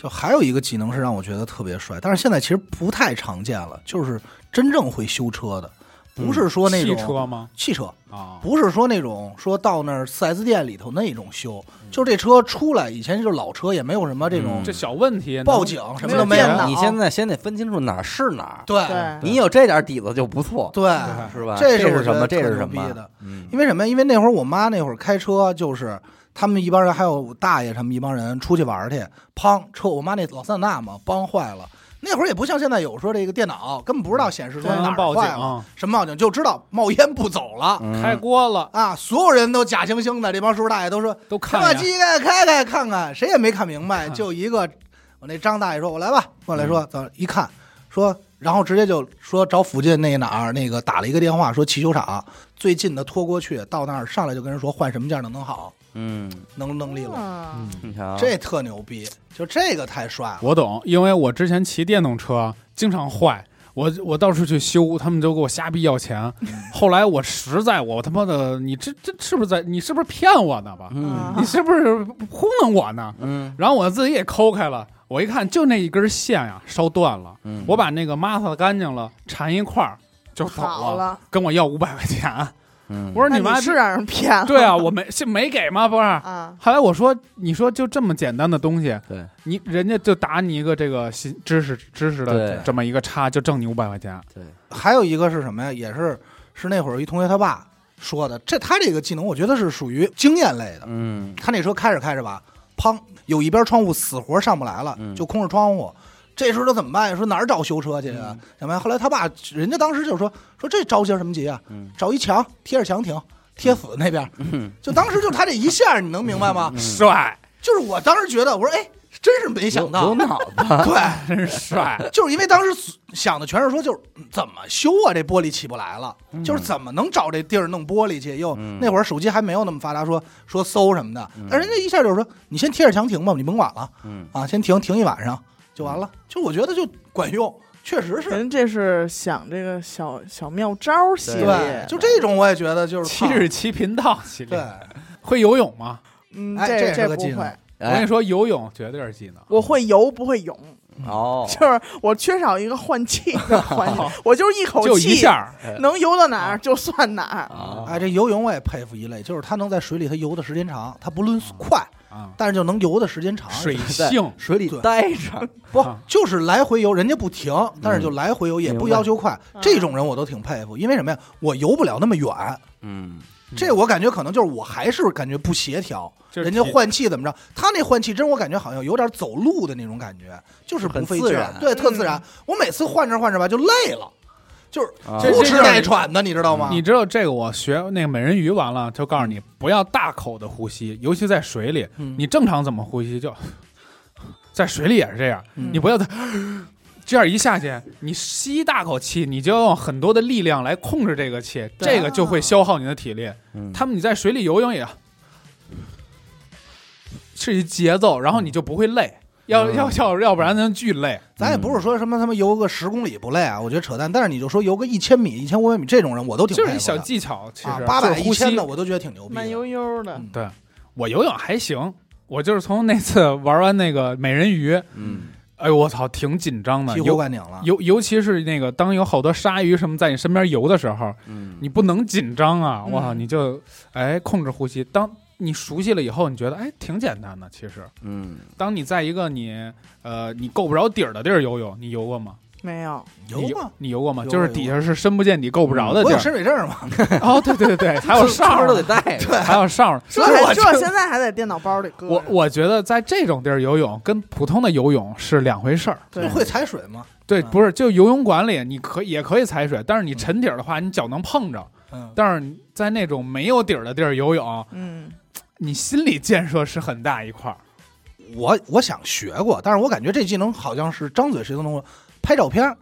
B: 就还有一个技能是让我觉得特别帅，但是现在其实不太常见了，就是真正会修车的。不是说那
D: 汽
B: 种
D: 车吗？
B: 汽车，
D: 啊，
B: 不是说那种说到那儿四 S 店里头那种修，
C: 嗯
B: 就是这车出来以前就是老车，也没有什么这种
A: 嗯
D: 这小问题能
B: 报警什么都没
C: 没有电脑
B: 有。
A: 你现在先得分清楚哪儿是哪儿，
B: 对
C: 对，
A: 你有这点底子就不错，
B: 对，
A: 是吧？这
B: 这是我
A: 是什
B: 觉得
A: 么？这
B: 特
A: 是
B: 牛
A: 什
B: 逼
A: 么？
B: 的？
A: 嗯
B: 因为什么呀？因为那会儿我妈那会儿开车，就是他们一帮人，还有我大爷他们一帮人出去玩儿去，砰，车我妈那老塞纳嘛，梆坏了。那会儿也不像现在有说这个电脑，根本不知道显示说
D: 不
B: 哪
D: 能
B: 儿
D: 报
B: 坏了，
D: 警，
B: 什么报警就知道冒烟不走了、
C: 嗯
D: 开锅了
B: 啊！所有人都假惺惺的，这帮叔叔大爷都说
D: 都
B: 开
D: 看
B: 把
D: 呀
B: 机盖开开看看，谁也没看明白，
D: 看嗯
B: 就一个我那张大爷说：“我来吧。”过来说，走一看，说，然后直接就说找附近那哪儿那个打了一个电话，说汽修厂最近的拖过去，到那儿上来就跟人说换什么件儿能能好，
A: 嗯，
B: 能能利落，
C: 嗯
D: 嗯
A: 你瞧，
B: 这特牛逼，就这个太帅了。
D: 我懂，因为我之前骑电动车经常坏，我我到处去修，他们都给我瞎逼要钱。
B: 嗯
D: 后来我实在我他妈的，你这这是不是在你是不是骗我呢吧？
A: 嗯
D: 你是不是糊弄我呢？
A: 嗯
D: 然后我自己也抠开了，我一看就那一根线呀、烧断了，
A: 嗯，
D: 我把那个抹擦干净了，缠一块儿就走
C: 好
D: 了，
C: 了，
D: 跟我要五百块钱。
A: 嗯
D: 我说
C: 那
D: 妈
C: 是让人骗了，
D: 对啊，我没是没给吗？不是。
C: 啊，
D: 后来我说，你说就这么简单的东西，
A: 对，
D: 你人家就打你一个这个新知识知识的
A: 对
D: 这么一个差，就挣你五百块钱。
B: 还有一个是什么呀？也是是那会儿一同学他爸说的，这他这个技能我觉得是属于经验类的。
A: 嗯
B: 他那车开着开着吧，砰，有一边窗户死活上不来了，
A: 嗯
B: 就空着窗户。这时候他怎么办呀？说哪儿找修车去
A: 嗯
B: 啊？怎么办？后来他爸，人家当时就说说这着急什么急啊？
A: 嗯
B: 找一墙贴着墙停，贴死那边。
A: 嗯
B: 就当时就他这一下，你能明白吗？
D: 帅，
B: 就是我当时觉得，我说哎，真是没想
A: 有
B: 到
A: 有，脑子，
B: 对，。
D: 真是帅
B: 就是因为当时想的全是说，就是嗯怎么修啊？这玻璃起不来了，
D: 嗯
B: 就是怎么能找这地儿弄玻璃去？又
A: 嗯
B: 那会儿手机还没有那么发达，说说搜什么的，
D: 嗯
B: 但人家一下就是说，你先贴着墙停吧，你甭管了。
A: 嗯
B: 啊，先停停一晚上就完了。
D: 嗯
B: 就我觉得就管用，确实是。
C: 人这是想这个小小妙招系
A: 对
C: 列，
B: 就这种我也觉得就是
D: 七
B: 胖
D: 十七频道系
B: 对
D: 列，会游泳吗？
C: 嗯，
B: 哎这
C: 这
B: 也是个技
C: 不
B: 能
C: 会，
D: 我跟
A: 哎
D: 你说，游泳绝对是技能。
C: 我会游不会泳，
A: 哦，
C: 就是我缺少一个换气的环节，我就是一口
D: 就一
C: 气
D: 下儿，
C: 能游到哪儿就算哪儿。
A: 啊
B: 哎，这游泳我也佩服一类，就是他能在水里他游的时间长，他不论速快，
D: 啊，
B: 但是就能游的时间长。
D: 水
A: 在
D: 性
A: 水里
B: 对
A: 待着，
B: 不
D: 啊
B: 就是来回游，人家不停，但是
D: 嗯
B: 就来回游，也不要求快
C: 白。
B: 这种人我都挺佩服，因为什么呀？我游不了那么远，
A: 嗯
B: 这我感觉可能就是我还是感觉不协调。
D: 就是
B: 人家
D: 体
B: 换气怎么着？他那换气真我感觉好像有点走路的那种感觉，就是不
A: 很
B: 费
A: 自
B: 劲儿
A: 然
B: 对，特自
C: 嗯
B: 然。我每次换着换着吧就累了，就是
A: 啊
D: 这
B: 呼
D: 是
B: 哧带喘的，你知道吗？
D: 你知道这个？我学那个美人鱼完了，就告诉你不要大口的呼吸，尤其在水里。
B: 嗯
D: 你正常怎么呼吸就， 在水里也是这样，
B: 嗯
D: 你不要再 这样一下去，你吸一大口气，你就要用很多的力量来控制这个气，
C: 对
D: 这个就会消耗你的体力。
B: 啊
A: 嗯，
D: 他们你在水里游泳也是一节奏，然后你就不会累。要
A: 嗯
D: 要要，要不然咱巨累。
B: 咱也不是说什么他妈游个十公里不累啊，我觉得扯淡。但是你就说游个一千米、一千五百米这种人，我都挺佩
D: 就
B: 服
D: 是
B: 的
D: 一小技巧，其
B: 啊
D: 实，
B: 八
D: 就
B: 百
D: 是
B: 一
D: 呼
B: 千
D: 吸
B: 的我都觉得挺牛逼的。
C: 慢悠悠的，
B: 嗯
D: 对我游泳还行，我就是从那次玩完那个美人鱼，
A: 嗯
D: 哎呦我操，挺紧张的，
B: 醍醐
D: 尤
B: 灌顶啊了。
D: 尤尤其是那个当有好多鲨鱼什么在你身边游的时候，
A: 嗯，
D: 你不能紧张啊！
C: 嗯
D: 我操，你就哎控制呼吸。当你熟悉了以后，你觉得哎挺简单的。其实，
A: 嗯
D: 当你在一个你呃你够不着底儿的地儿游泳，你游过吗？
C: 没有，
B: 游
D: 你
B: 吗？
D: 你游过吗？
B: 游过嗯
D: 就是底下是深不见底、够不着的
B: 我
D: 地
B: 有
D: 儿。
B: 深水证嘛？
D: 哦，对对对 对，还有哨
A: 哨
D: 儿
A: 都
D: 呢
A: 得，带着，
D: 还有哨儿呢。
C: 这
B: 所以我
C: 还
B: 就
C: 这现在还在电脑包里搁着。
D: 我我觉得在这种地儿游泳跟普通的游泳是两回事儿。
C: 对
B: 会踩水吗？
D: 对，
B: 嗯
D: 不是，就游泳馆里你可也可以踩水，但是你沉底儿的话，你脚能碰着。
B: 嗯，
D: 但是在那种没有底儿的地儿游泳，
C: 嗯，
D: 你心理建设是很大一块儿。
B: 我我想学过，但是我感觉这技能好像是张嘴谁都能会。拍照片儿，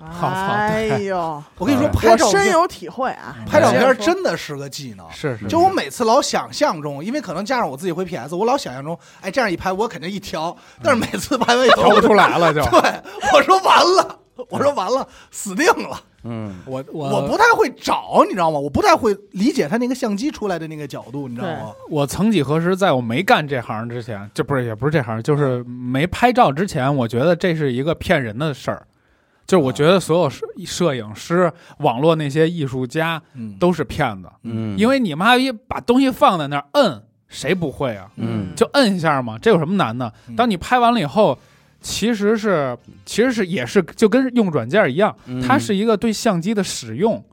D: 好操
C: 哎呦，
B: 我跟你说，
A: 哎
B: 拍
C: 我
B: 照片嗯
C: 深有体会啊！
B: 拍照片
C: 我
B: 儿
C: 先说
B: 真的是个技能。
D: 是
B: 就我每次老想象中，因为可能加上我自己会 PS，我老想象中，哎，这样一拍我肯定一调，但是每次拍完以后，
D: 调不出来了就。
B: 对，我说完了，我说完了，死定了，
A: 嗯
D: 我我
B: 我不太会找，你知道吗？我不太会理解他那个相机出来的那个角度，你知道吗？
D: 我曾几何时，在我没干这行之前，
B: 嗯
D: 这不是也不是这行，就是没拍照之前，我觉得这是一个骗人的事儿。就是
B: 嗯
D: 我觉得所有摄摄影师、网络那些艺术家
B: 嗯，
D: 都是骗子，
A: 嗯，
D: 因为你妈逼把东西放在那儿摁，谁不会啊？
A: 嗯
D: 就摁一下嘛，这有什么难的
B: 嗯？
D: 当你拍完了以后，其实是其实是也是就跟用软件一样，
A: 嗯
D: 它是一个对相机的使用，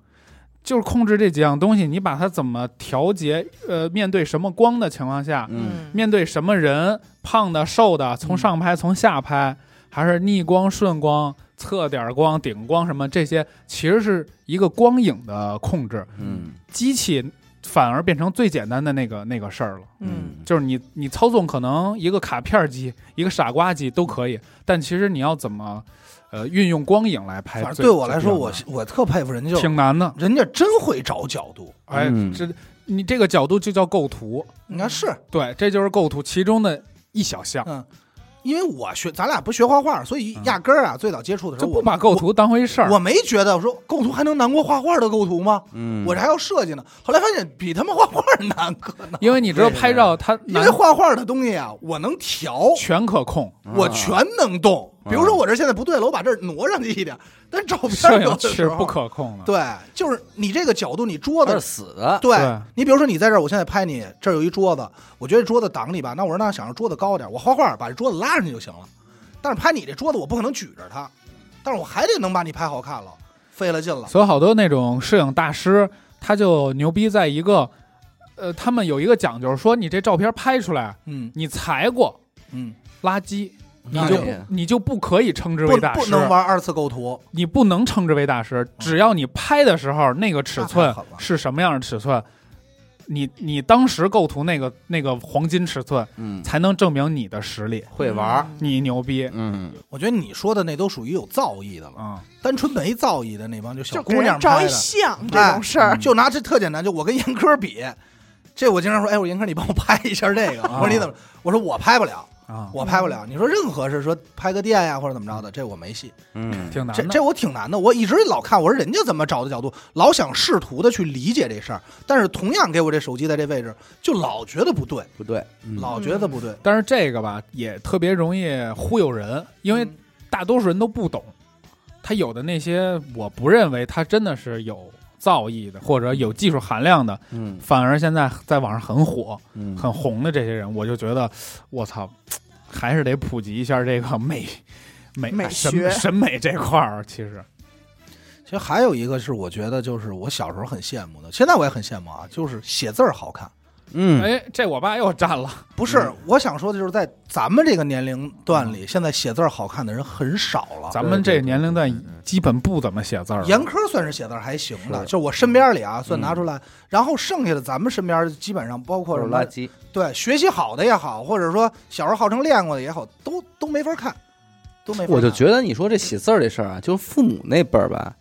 D: 就是控制这几样东西，你把它怎么调节，呃，面对什么光的情况下，
A: 嗯
D: 面对什么人，胖的、瘦的，从上拍、从下
A: 嗯
D: 拍，还是逆光、顺光、侧点光、顶光什么这些，其实是一个光影的控制，
A: 嗯
D: 机器反而变成最简单的那个那个事儿了。
C: 嗯，
D: 就是你你操纵可能一个卡片机、一个傻瓜机都可以，但其实你要怎么，呃，运用光影来拍
B: 反
D: 最，
B: 正对我来说，
D: 最
B: 我
D: 重
B: 我特佩服人家
D: 要的，挺难的。
B: 人家真会找角度。
D: 哎，
A: 嗯
D: 这你这个角度就叫构图，
B: 你看是
D: 对，这就是构图其中的一小项。
B: 因为我学，咱俩不学画画，所以
D: 嗯
B: 压根儿啊，最早接触的时
D: 就
B: 候，
D: 不
B: 我
D: 把构图当回事儿
B: 我，我没觉得，我说构图还能难过画画的构图吗？
A: 嗯，
B: 我这还要设计呢。后来发现比他妈画画难可能，
D: 因为你知道拍照它
B: 因
D: 难
B: 为画画的东西啊，我能调，
D: 全可控，
A: 啊
B: 我全能
A: 啊
B: 动。比如说我这现在不对了，我把这儿挪上去一点，但照
D: 摄
B: 片有
D: 影
B: 的
D: 其
B: 时
D: 实
B: 候
D: 不可控的。
B: 对，就是你这个角度，你桌
A: 它是
B: 子
A: 死的，
B: 对
D: 对
B: 你比如说你在这儿，我现在拍你，这儿有一桌子，我觉得桌子挡你吧，那我说那想让桌子高点，我画画把这桌子拉上去就行了。但是拍你这桌子，我不可能举着它，但是我还得能把你拍好看了，费了劲了。
D: 所以好多那种摄影大师，他就牛逼在一个，呃，他们有一个讲究，说你这照片拍出来，
B: 嗯
D: 你裁过
B: 嗯，
D: 垃圾，你
A: 哎
D: 就不
A: 呀
D: 你就不可以称之
B: 不
D: 为大
B: 不
D: 师，啊
B: 能玩二次构图，
D: 你不能称之为大师，只要你拍的时候那个尺
B: 那
D: 寸
B: 太狠了
D: 是什么样的尺寸，你你当时构图那个那个黄金尺寸，
A: 嗯，
D: 才能证明你的实力，
A: 会玩儿，
D: 你牛逼
A: 嗯
B: 我觉得你说的那都属于有造诣的了，
D: 啊！
B: 单纯没造诣的那帮就
C: 就
B: 小
C: 给
B: 姑娘
C: 人照
B: 拍
C: 一
B: 的，
C: 相这
B: 哎
C: 种事儿，
B: 就拿这特简单，就我跟严科比，这我经常说，哎，我说严科，你帮我拍一下 这个，我说你怎么，我说我拍不了，
D: 啊，
B: 我拍不了。你说任何是说拍个店呀或者怎么着的，这我没戏。
A: 嗯，
D: 挺难
B: 这
D: 的。
B: 这我挺难的，我一直老看，我说人家怎么找的角度，老想试图的去理解这事儿，但是同样给我这手机在这位置，就老觉得不对，
A: 不对，嗯
B: 老觉得不对。
D: 但是这个吧，也特别容易忽悠人，因为
B: 嗯
D: 大多数人都不懂。他有的那些，我不认为他真的是有造诣的，或者有技术含量的，
A: 嗯
D: 反而现在在网上很火、
A: 嗯，
D: 很红的这些人，我就觉得，我操，还是得普及一下这个美美
C: 美
D: 审
C: 学
D: 审美这块儿。其实，
B: 其实还有一个是我觉得就是我小时候很羡慕的，现在我也很羡慕啊，就是写字儿好看。
A: 嗯
D: 哎，这我爸又占了，
B: 不是
A: 嗯，
B: 我想说的就是在咱们这个年龄段里，现在写字儿好看的人很少了。
D: 咱们这年龄
A: 对对对
D: 段基本不怎么写字儿了。
B: 严科算是写字儿还行的，
A: 是
B: 就是我身边里啊，算拿出来。然后剩下的咱们身边基本上包
A: 都
B: 括
A: 是
B: 什么
A: 垃圾，
B: 对学习好的也好，或者说小时候号称练过的也好，都都没法看，都没法看。
A: 我就觉得你说这写字儿这事儿啊，就是父母那辈儿吧，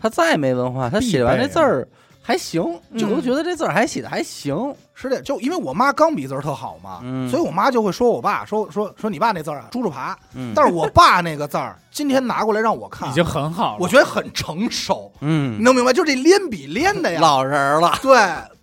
A: 他再没文化，他写完这字儿还行，就都觉得这字儿还写的还行，
B: 是的，就因为我妈钢笔字儿特好嘛，
A: 嗯
B: 所以我妈就会说我爸说说说你爸那字儿啊猪猪爬，
A: 嗯，
B: 但是我爸那个字儿今天拿过来让我看，
D: 已经很好了。
B: 我觉得很成熟，你
A: 嗯，
B: 能明白？就这连笔连的呀，
A: 老人儿了。
B: 对，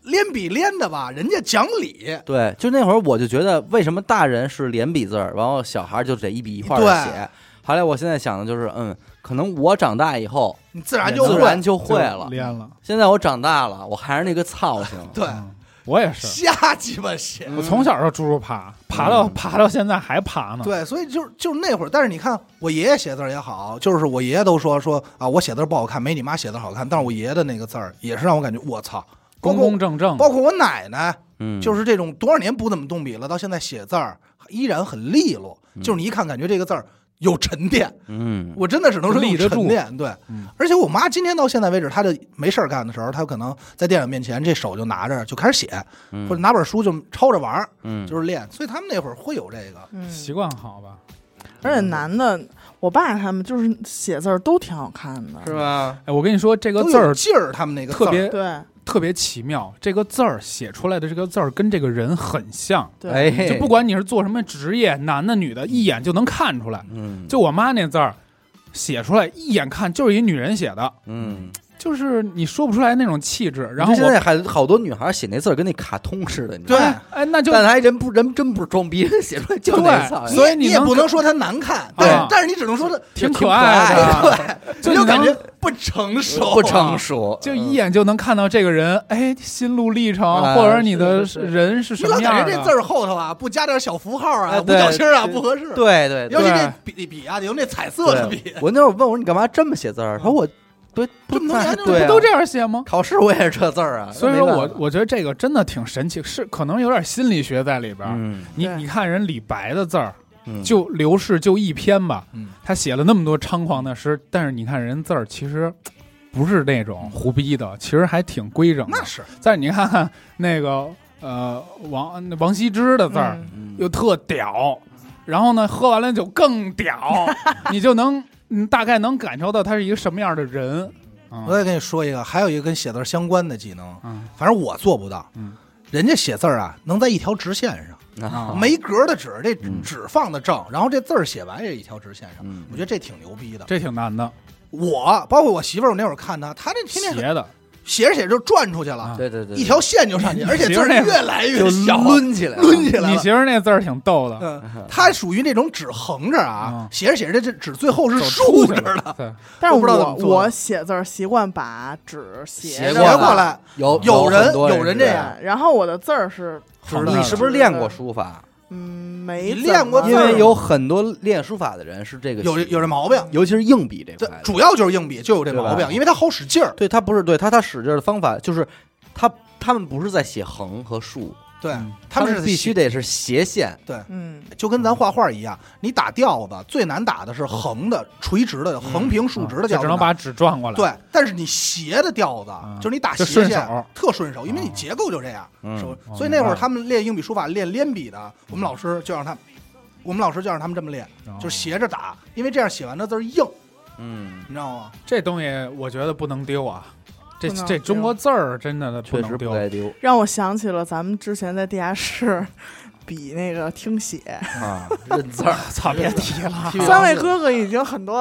B: 连笔连的吧，人家讲理，
A: 对，就那会儿我就觉得，为什么大人是连笔字儿，然后小孩儿就得一笔一画的
B: 对
A: 写？后来我现在想的就是，嗯，可能我长大以后
B: 你自然就
A: 自然
B: 会。
A: 就会了。
D: 练了。
A: 现在我长大了，我还是那个操性。
B: 对，
D: 嗯，我也是。
B: 瞎鸡巴写。
D: 我从小就猪猪爬，爬到
A: 嗯
D: 爬到现在还爬呢。
B: 对，所以就是就是那会儿，但是你看我爷爷写字儿也好，就是我爷爷都说说啊，我写字儿不好看，没你妈写字儿好看。但是我爷爷的那个字儿也是让我感觉我操，包
D: 公
B: 括
D: 公正正，
B: 包括我奶奶，
A: 嗯，
B: 就是这种多少年不怎么动笔了，到现在写字儿依然很利落，
D: 嗯
B: 就是你一看感觉这个字儿有沉淀，
A: 嗯，
B: 我真的只能说
D: 立
B: 有
D: 得
B: 沉
D: 住
B: 淀。对
D: 嗯，
B: 而且我妈今天到现在为止，她就没事儿干的时候，她可能在电脑面前这手就拿着就开始写，
A: 嗯
B: 或者拿本书就抄着玩儿，
A: 嗯
B: 就是练。所以他们那会儿会有这个，
C: 嗯，
D: 习惯好吧？
C: 而且男的，我爸他们就是写字儿都挺好看的，
A: 是吧？
D: 哎，我跟你说，这个
B: 都
D: 字
B: 有
D: 儿
B: 劲儿，他们那个字儿
D: 特别
C: 对
D: 特别奇妙，这个字儿写出来的这个字儿跟这个人很像，
C: 对，
A: 哎，
D: 就不管你是做什么职业，男的女的，一眼就能看出来。
A: 嗯，
D: 就我妈那字儿。写出来一眼看就是一女人写的，
A: 嗯，
D: 就是你说不出来那种气质。然后
A: 现
D: 我，
A: 在还好多女孩写那字儿跟那卡通似的，你知道
B: 对
A: 吗？
D: 哎，哎那就
A: 但还真不人真不是装逼，人写出来就那字儿
D: 对所以
B: 哎你
D: 你
B: 也
D: 能
B: 不
D: 看
B: 能说它难看，但是
D: 啊
B: 但是你只能 说它
D: 挺
A: 挺
D: 可
A: 可
D: 爱的，
A: 爱
D: 就
B: 你
D: 你
B: 就感
D: 能
B: 觉不成熟，
A: 不成熟，嗯
D: 就一眼就能看到这个人，哎，心路历程，
A: 啊
D: 或者你的
A: 是是是
D: 人是
B: 你
D: 什么
B: 老
D: 样
B: 感
D: 的。
B: 觉这字儿后头啊，不加点小符号啊、
A: 哎
B: 五
A: 对
B: 角星啊，
A: 对
B: 不合适。
A: 嗯。对对对
B: 尤其这笔笔啊，得用那彩色的笔
A: 对，，我那会儿问我说你干嘛这么写字儿？他说我对
B: 这么多年
A: 对
D: 不
A: 啊
D: 都这样写吗？
A: 考试我也是这字儿啊，
D: 所以说
A: 没办
D: 我
A: 法
D: 我觉得这个真的挺神奇，是可能有点心理学在里边儿。
A: 嗯
D: 你
C: 对
D: 你看人李白的字儿，
A: 嗯
D: 就刘氏就一篇吧，
B: 嗯
D: 他写了那么多猖狂的诗，但是你看人字儿其实不是那
A: 嗯
D: 种胡逼的，其实还挺规整的
B: 那。是
D: 但是你看看那个呃王那王羲之的字儿，
C: 嗯
A: 嗯
D: 又特屌，然后呢喝完了酒更 屌，你就能你大概能感受到他是一个什么样的人。
B: 我
D: 嗯
B: 再跟你说一个，还有一个跟写字儿相关的技能，
D: 嗯
B: 反正我做不到。
D: 嗯
B: 人家写字儿啊，能在一条直线 上，
D: 啊
B: 没格的纸，这
A: 嗯
B: 纸放的正，然后这字儿写完也一条直线上，
A: 嗯
B: 我觉得这挺牛逼的。
D: 这挺难的，
B: 我包括我媳妇儿，我那会儿看她，她这天天
D: 斜的
B: 写着写着就转出去
D: 啊
B: 了，
A: 对对对，
B: 一条线就上去，而且
D: 媳
B: 字
D: 妇儿
B: 儿
D: 那
B: 越来越
A: 就
B: 小，
A: 抡起来了，
B: 抡起来
D: 你
B: 了。
D: 媳妇儿那字儿挺逗的，
B: 嗯，它属于那种纸横着啊
D: 啊，
B: 写着写着这纸最后是
D: 走
B: 竖着
D: 出去
B: 的，
D: 了。对
C: 但是
B: 我不知道
C: 我
B: 怎么做的
C: 我写字儿习惯把纸斜
A: 斜
C: 着
B: 斜
A: 过
B: 过
A: 来
B: 来。
A: 有
B: 有人
A: 很多
B: 有
A: 人
B: 人这
A: 样
B: 样
C: 对然后我的字儿是
D: 好
A: 你
D: 难
A: 是不是练过书法？
C: 嗯没
B: 你
C: 怎
B: 练过
C: 么嗯
B: 字
A: 因
B: 儿
A: 为
B: 吗
A: 有很多练书法的人是这个
B: 有这有这毛病。
A: 尤其是硬笔这
B: 这
A: 块，
B: 主要就是硬笔就有这毛
A: 对
B: 病
A: 吧，
B: 因为它好使劲儿。
A: 对他不是对他他使劲儿的方法就是他他们不是在写横和竖，
B: 对
D: 嗯，
B: 他们是
A: 必须
B: 得，
A: 得是斜线，
C: 嗯
B: 就跟咱画画一样，你打调子最难打的是横的、垂直的、
A: 嗯
B: 横平竖直的
D: 啊嗯就
B: 调
D: 只
B: 子
D: 能
B: 难，
D: 把纸转过来。
B: 对。但是你斜的调子
D: 嗯，
B: 就是你打
D: 就
B: 斜
D: 顺
B: 线
D: 手
B: 特顺手，因为你
D: 哦
B: 结构就这样。是不
A: 嗯
B: 是
D: 哦
B: 所以那会
D: 明
B: 儿
D: 白
B: 他们练硬笔书法，练连笔的，我们老师就让他们，我们老师就让他们这么练，
D: 哦，
B: 就是斜着打，因为这样写完的字儿硬，
A: 嗯，
B: 你知道 吗？
D: 这东西，我觉得不能丢啊。这
C: 不能
D: 这
C: 丢
D: 中国字儿真的
A: 确
D: 能
A: 实不
D: 丢。
A: 该丢
C: 让我想起了咱们之前在地下室比那个听写，
A: 啊，认字儿。
D: 操，别提 了。
B: 啊
C: 三位哥哥已经很多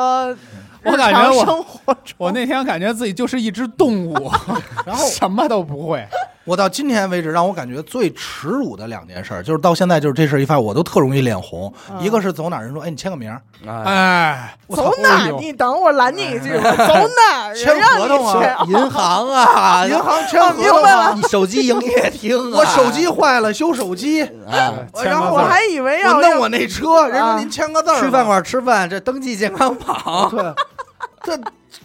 D: 我
C: 日
D: 感
C: 常
D: 觉我
C: 生活中
D: 我那天感觉自己就是一只动物，
B: 然后
D: 什么都不会。
B: 我到今天为止，让我感觉最耻辱的两件事儿，就是到现在就是这事儿一发，我都特容易脸红。
C: 嗯
B: 一个是走哪儿人说，哎，你签个名儿，
A: 哎，
D: 哎，我操
C: 走哪
D: 哎
C: 儿？
D: 呦
C: 你等我拦你一句吧，走哪 儿？
B: 签
C: 人让
B: 合
C: 你
B: 同啊
C: 签，
A: 银行啊，
B: 银行签合
C: 明
B: 同
C: 白
B: 啊，
C: 了
A: 你手机营业厅啊，
B: 我手机坏了修手机，
A: 啊，
D: 对
B: 然后
D: 签
C: 我
D: 个字儿
C: 还以为要
B: 我弄我那车，人
C: 啊
B: 说您签个字儿吧，
A: 去饭馆吃饭，这登记健康宝，
B: 对，这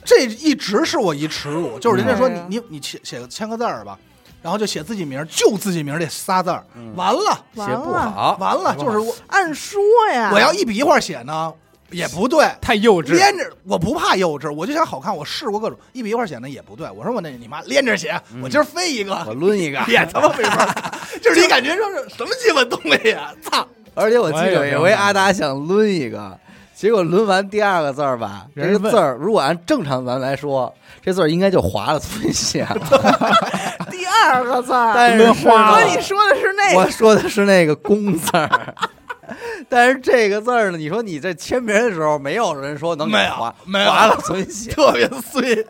B: 这一直是我一耻辱，就是人家说你
C: 嗯
B: 你你写写个签个字儿吧，然后就写自己名儿，就自己名儿这仨字儿
A: 嗯，
B: 完了
C: 完
A: 写不
C: 了，
A: 好，
B: 完了，就是我
C: 按说呀，
B: 我要一笔一画写呢，也不对。
D: 太幼稚。
B: 连着我不怕幼稚，我就想好看。我试过各种一笔一画写呢也不对，我说我那你妈连着写，嗯我今儿飞一个，
A: 我抡一个。
B: 也他妈没法打， 就是你感觉说是什么鸡巴东西呀、操！
A: 而且我记得有一回阿达想抡一个，结果抡完第二个字儿吧，这
D: 人家
A: 个
D: 问
A: 字儿如果按正常咱来说，这字儿应该就划了粗线了。
C: 第二个字儿，
A: 但是
D: 抡花
C: 我
D: 了
C: 说你说的是那
A: 我
C: 个，
A: 说的是那个“工”字儿， 但是这个字儿呢，你说你这签名的时候，没有人说能
B: 没有
A: 划
B: 没有
A: 划了存 写，
B: 特别碎，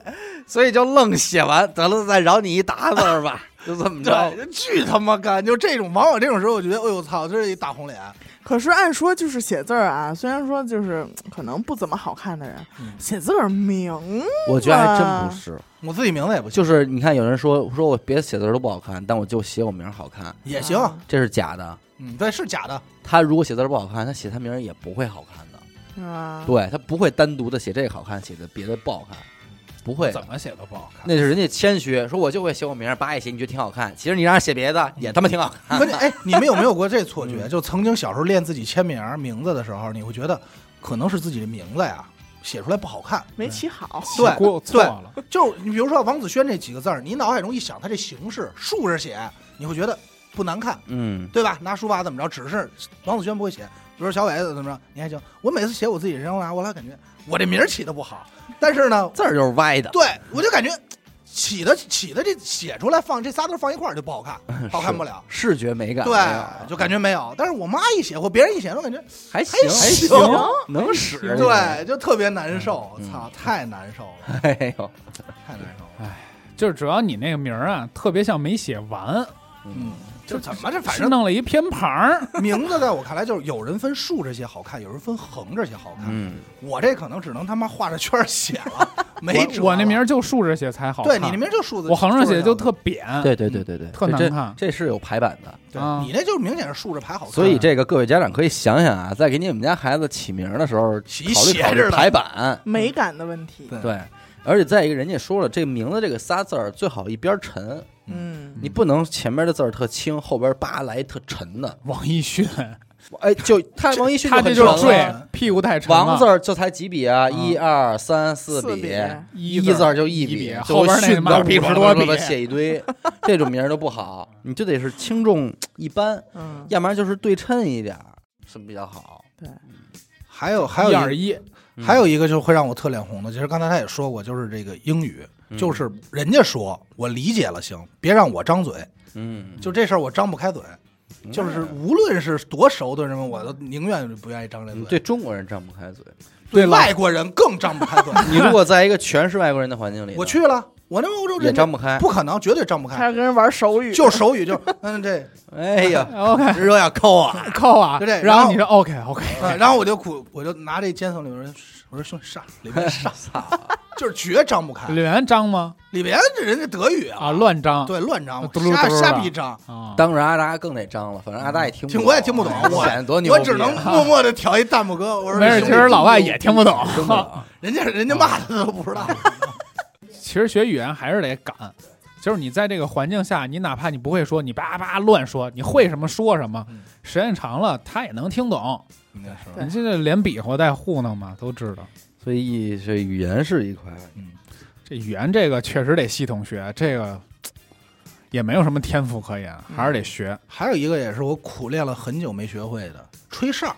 A: 所以就愣写完，得了，再饶你一达字儿吧，就这么着。
B: 对，巨他妈干！就这种，往往这种时候，我觉得，哎呦操，这是一大红脸。
C: 可是按说就是写字儿啊，虽然说就是嗯可能不怎么好看的人，写字儿啊明
A: 我
C: 觉得还真不
A: 是，
B: 我自己名字也不行，
A: 就是你看有人说说我别的写字儿都不好看，但我就写我名儿好看，
B: 也行。
C: 啊
A: 这是假的。
B: 嗯，对，是 假的。
A: 他如果写字儿不好看，他写他名儿也不会好看的。
B: 啊
C: 是吧？
A: 对他不会单独的写这个好看，写的别的不好看，不会的。
D: 怎么写都不好看。
A: 那是人家谦虚，说我就会写我名儿，叭一写你觉得挺好看，其实你让人写别的也他妈挺好看。
B: 关键，哎，你们有没有过这错觉？就曾经小时候练自己签名儿名字的时候，你会觉得可能是自己的名字呀写出来不好看。
C: 没起好，
B: 对
D: 起过错
B: 对
D: 了，
B: 就是你比如说王子轩这几个字儿，你脑海中一想他这形式，竖着写，你会觉得不难看，
A: 嗯，
B: 对吧？拿书法怎么着？只是王子轩不会写，比如说小伟怎么着，你还行。我每次写啊我自己人生拿，我老感觉我这名儿起的不好，但是呢，
A: 字儿就是歪的。
B: 对我就感觉起的起的这写出来放这仨字放一块儿就不好看，好看不了。
A: 视觉美感没有，
B: 对，就感觉没有。但是我妈一写或别人一写，我感觉
A: 还行
B: 还
A: 行
B: 行，
A: 能使这个，
B: 对，就特别难受。
A: 嗯
B: 操，太难受了，
A: 哎呦，
B: 太难受了。
D: 就是主要你那个名儿啊，特别像没写完，
B: 嗯，就怎么这反
D: 是
B: 正
D: 弄了一偏旁儿。
B: 名字在我看来就是有人分竖着写好看，有人分横着写好看。
A: 嗯，
B: 我这可能只能他妈画着圈儿写 了，没辙
D: 我我那
B: 了
D: 名儿就竖着写才好
B: 对
D: 看，
B: 你那名儿就数字，
D: 我横着写就
B: 竖
D: 特扁，
A: 对对对对对，
D: 特
A: 这
D: 难
A: 这
D: 看
A: 这是有排版的。
B: 着
D: 啊
B: 对，你那就是明显是竖着排好看。
A: 所以这个各位家长可以想想啊，在给你们家孩子起名儿的时候，
B: 起
A: 考虑
B: 斜
A: 考虑
B: 着的
A: 排版。
C: 美感的问题。
B: 对
A: 对，而且再一个，人家说了，这名字这个仨字儿最好一边儿沉，
C: 嗯，
A: 你不能前面的字儿特轻，后边儿叭来特沉的。
D: 网易迅，
A: 哎，就他王一迅
D: 他 这
A: 很
D: 就
A: 沉
D: 是
A: 了。
D: 坠屁股太沉了。
A: 王字儿就才几笔啊，一二三四
C: 四
A: 笔，
D: 一
A: 字
D: 字
A: 儿就一
D: 一笔
A: 就
D: 后边那
A: 迅
D: 妈
A: 的
D: 50多笔
A: 写一堆， 这种名儿都不好，你就得是轻重一般，
C: 嗯，
A: 要不然就是对称一点儿，什么比较好？
B: 还有还有
D: 一
B: 一
D: 二一，
A: 嗯
B: 还有一个就是会让我特脸红的，其实刚才他也说过，就是这个英语，
A: 嗯
B: 就是人家说我理解了行，别让我张嘴，
A: 嗯，
B: 就这事儿我张不开嘴，
D: 嗯
B: 就是无论是多熟的人们，我都宁愿不愿意张这
A: 嗯
B: 嘴，
A: 对中国人张不开嘴。
B: 对
D: 了
B: 外国人更张不开 嘴。
A: 你如果在一个全是外国人的环境里呢，
B: 我去了，我那欧洲
A: 也
B: 人
A: 张不开。
B: 不可能，绝对张不
C: 开
B: 开，
C: 始跟人玩手语，
B: 哎就手语就 嗯这
A: 哎呀，
D: OK
B: 热呀抠啊，
D: 扣啊，
B: 就这
D: 然
B: 然后
D: 后你说 OK OK，
B: 嗯然后我就苦，我就拿这监控里边，我说兄弟上里边 上，就是绝张不开，
D: 李元张吗？
B: 里边这人家德语啊，
D: 啊，乱张
B: 对乱张
D: 嘟噜，
B: 瞎
D: 嘟噜的
B: 瞎逼张。
D: 啊，
A: 当然阿达更得张了，反正阿达也听不
B: 嗯听我也 听不懂
A: 哎
B: 我
A: 显得多牛
B: 我
A: 逼啊，
B: 只能默默的调一弹幕歌。 我说
D: 没事，
B: 兄
D: 其
B: 弟
D: 实老外也听不懂。
A: 听不懂。
B: 人家人家骂的都不知道。
D: 其实学语言还是得敢，就是你在这个环境下，你哪怕你不会说，你叭叭乱说，你会什么说什么
B: 嗯，
D: 时间长了他也能听懂。
C: 对
D: 你这个连比划带糊弄嘛，都知道。
A: 所以这语言是一块，
D: 这语言这个确实得系统学，这个也没有什么天赋可言，还是得学。
B: 还有一个也是我苦练了很久没学会的，吹哨，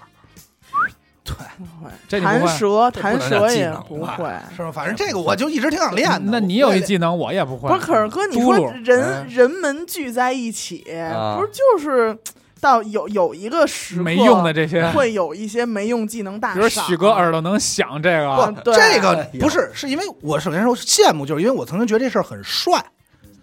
D: 这你不
C: 弹
D: 会
C: 舌，
B: 这
C: 弹
B: 不能
C: 舌
B: 叫技
C: 也
B: 能
C: 不
B: 吧
C: 会。
B: 是吧？反正这个我就一直挺想练的。
D: 那你有一技能我也不会。
C: 不是，可是哥，你
D: 嘟
C: 说
D: 噜
A: 哎
C: 人人们聚在一起，
A: 啊
C: 不是就是到有有一个时刻
D: 没用的，这些，
C: 会有一些没用技能大
D: 比如
C: 赏啊
D: 许哥耳朵能想这个
B: 不
D: 啊，
C: 对
B: 这个不是，是因为我首先说羡慕，就是因为我曾经觉得这事儿很帅，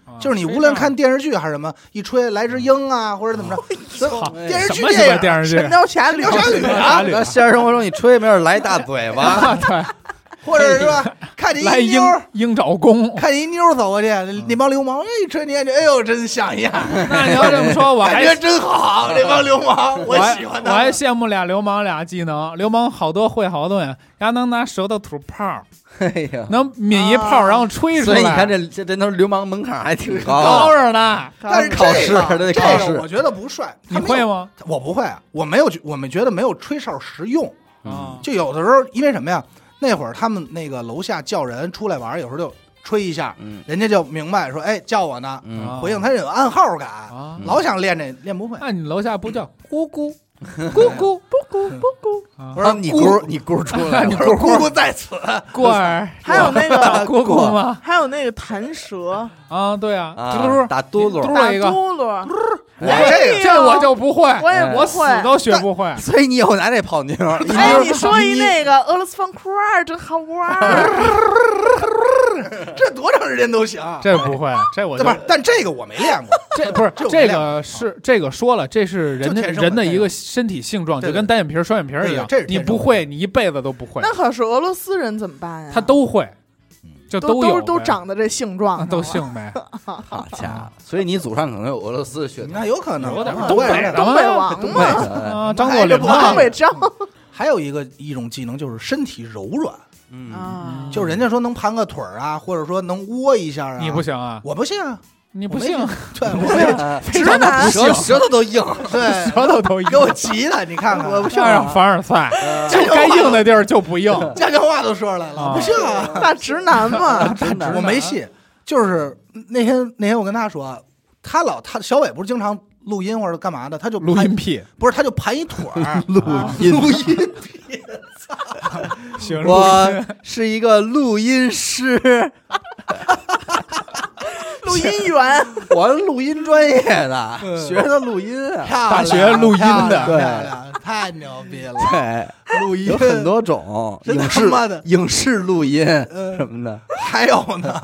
D: 啊
B: 就是你无论看电视剧还是什么，一吹来只鹰啊，或者 怎么着，所以电视
D: 什
B: 剧
D: 么鸡
B: 电
D: 巴
B: 影
D: 电视
C: 神
D: 剧
C: 雕侠侣
B: 神雕侠侣啊
D: 对
A: 哎那现实生活中你吹没准来大嘴巴，
D: 啊，对，
B: 或者是吧，看见
D: 来嗯
B: 一
D: 鹰
B: 妞儿
D: 鹰爪 功。
B: 看见一妞儿走过去，那帮流氓哎一吹你感觉哎呦真像样，
D: 那你要这么 说，我
B: 感
D: 还
B: 觉真好，这帮流氓
D: 我还
B: 喜欢
D: 我
B: 他
D: 还
B: 们。
D: 羡慕俩流氓俩技能，流氓好多会好多呀，丫能拿舌头吐泡，
A: 哎 呀，
D: 能抿一泡
C: 啊
D: 然后吹出
A: 所
D: 来，
A: 以你看这这这都是流氓门槛还挺高啊
D: 高
A: 的，
D: 着呢。
B: 但是这个
C: 高
A: 考试还得
B: 这
A: 考试
B: 个我觉得不帅，
D: 你会
B: 吗？
D: 吗？
B: 我不会，啊我没有觉，我们觉得没有吹哨实用。
A: 嗯
D: 啊，
B: 就有的时候，因为什么呀？那会儿他们那个楼下叫人出来玩，有时候就吹一下，
A: 嗯
B: 人家就明白说，哎，叫我呢，
A: 嗯，
B: 回应他有暗号感，
D: 啊，
A: 嗯
B: 老想练这练不会。
D: 那你楼下不叫咕咕咕咕
C: 咕咕咕，
D: 啊
B: 我说
A: 你
B: 姑
A: 咕，你咕出来
B: 我
A: 了，
B: 说姑姑在此，
D: 棍儿，
C: 还有那 个
D: 咕咕吗？
C: 还有那个弹舌
D: 啊，对啊，嘟
A: 啊，
D: 噜
A: 打嘟
D: 嘟
A: 噜，
D: 噜
C: 打
D: 一个，
C: 嘟噜，
B: 我
C: 哎
B: 这
C: 呦
D: 这我就不会，
C: 我也
A: 哎
C: 不
D: 我死
C: 会。
D: 都学不会。
A: 所以你以后拿这泡妞，
C: 哎，你说一那个俄罗斯方块儿真好玩儿，
B: 个 这多长时间都行，
D: 这不会，这我
B: 对
D: 就
B: 吧？但这个我没练过，
D: 这不是
B: 这我
D: 这
B: 亮
D: 个是这个说了，这是人
B: 啊就
D: 的
B: 天生的
D: 人的
B: 这
D: 一
B: 个
D: 个身体性状，
B: 对
D: 就
B: 对
D: 跟单眼皮儿、双眼皮儿一样
B: 对对这是。
D: 你
B: 天生
D: 不
B: 的
D: 会，你一辈子都不会。
C: 那可是俄罗斯人怎么办呀？
D: 他都会，
B: 嗯
D: 就
C: 都
D: 有
C: 都都
D: 呗
C: 长得这性状
D: 啊
C: 上了，
D: 都性 呗。
A: 好家伙！所以你祖上可能有俄罗斯的血统，
B: 那有可能啊
D: 有点儿
B: 我也
D: 东北
B: 是
D: 的
C: 东北王
A: 东北
C: 嘛，
A: 的，
D: 啊，张作霖
B: 哎这不好
D: 嘛
C: 东，北张
B: 还有一个一种技能就是身体柔软，
A: 嗯，
C: 啊，
B: 就是人家说能盘个腿儿啊，或者说能窝一下啊。
D: 你不，行啊，
B: 我不信啊，
D: 你
B: 我
D: 不
B: 没
D: 信，
B: 对，我不信，
C: 直男
A: 舌舌头都硬，
B: 对，
D: 舌头 都硬
B: 给。我急的，你看看，
C: 我不信
D: 上上凡尔 赛，就该硬的地儿就不硬。
B: 家乡话都说出来了，
D: 啊
B: 我不信啊，
C: 大直男嘛，
A: 真的，
B: 我没信。就是那天那天我跟他说，他老他小伟不是经常录音或者干嘛的，他就
D: 录
B: 盘
D: 音癖，
B: 不是他就盘一腿儿
A: 录音，
B: 录音
D: 行，录 音
A: 我是一个录音师，
C: 收音员，
A: 我录音专业的，
B: 嗯
A: 学的录音啊，
B: 大
D: 大学录音的
B: 漂亮，太牛逼了，
A: 对，
B: 录音
A: 有很，多种，
B: 真
A: 影
B: 他
A: 视
B: 妈的
A: 影视录音什
B: 嗯，
A: 么的，
B: 还有 呢，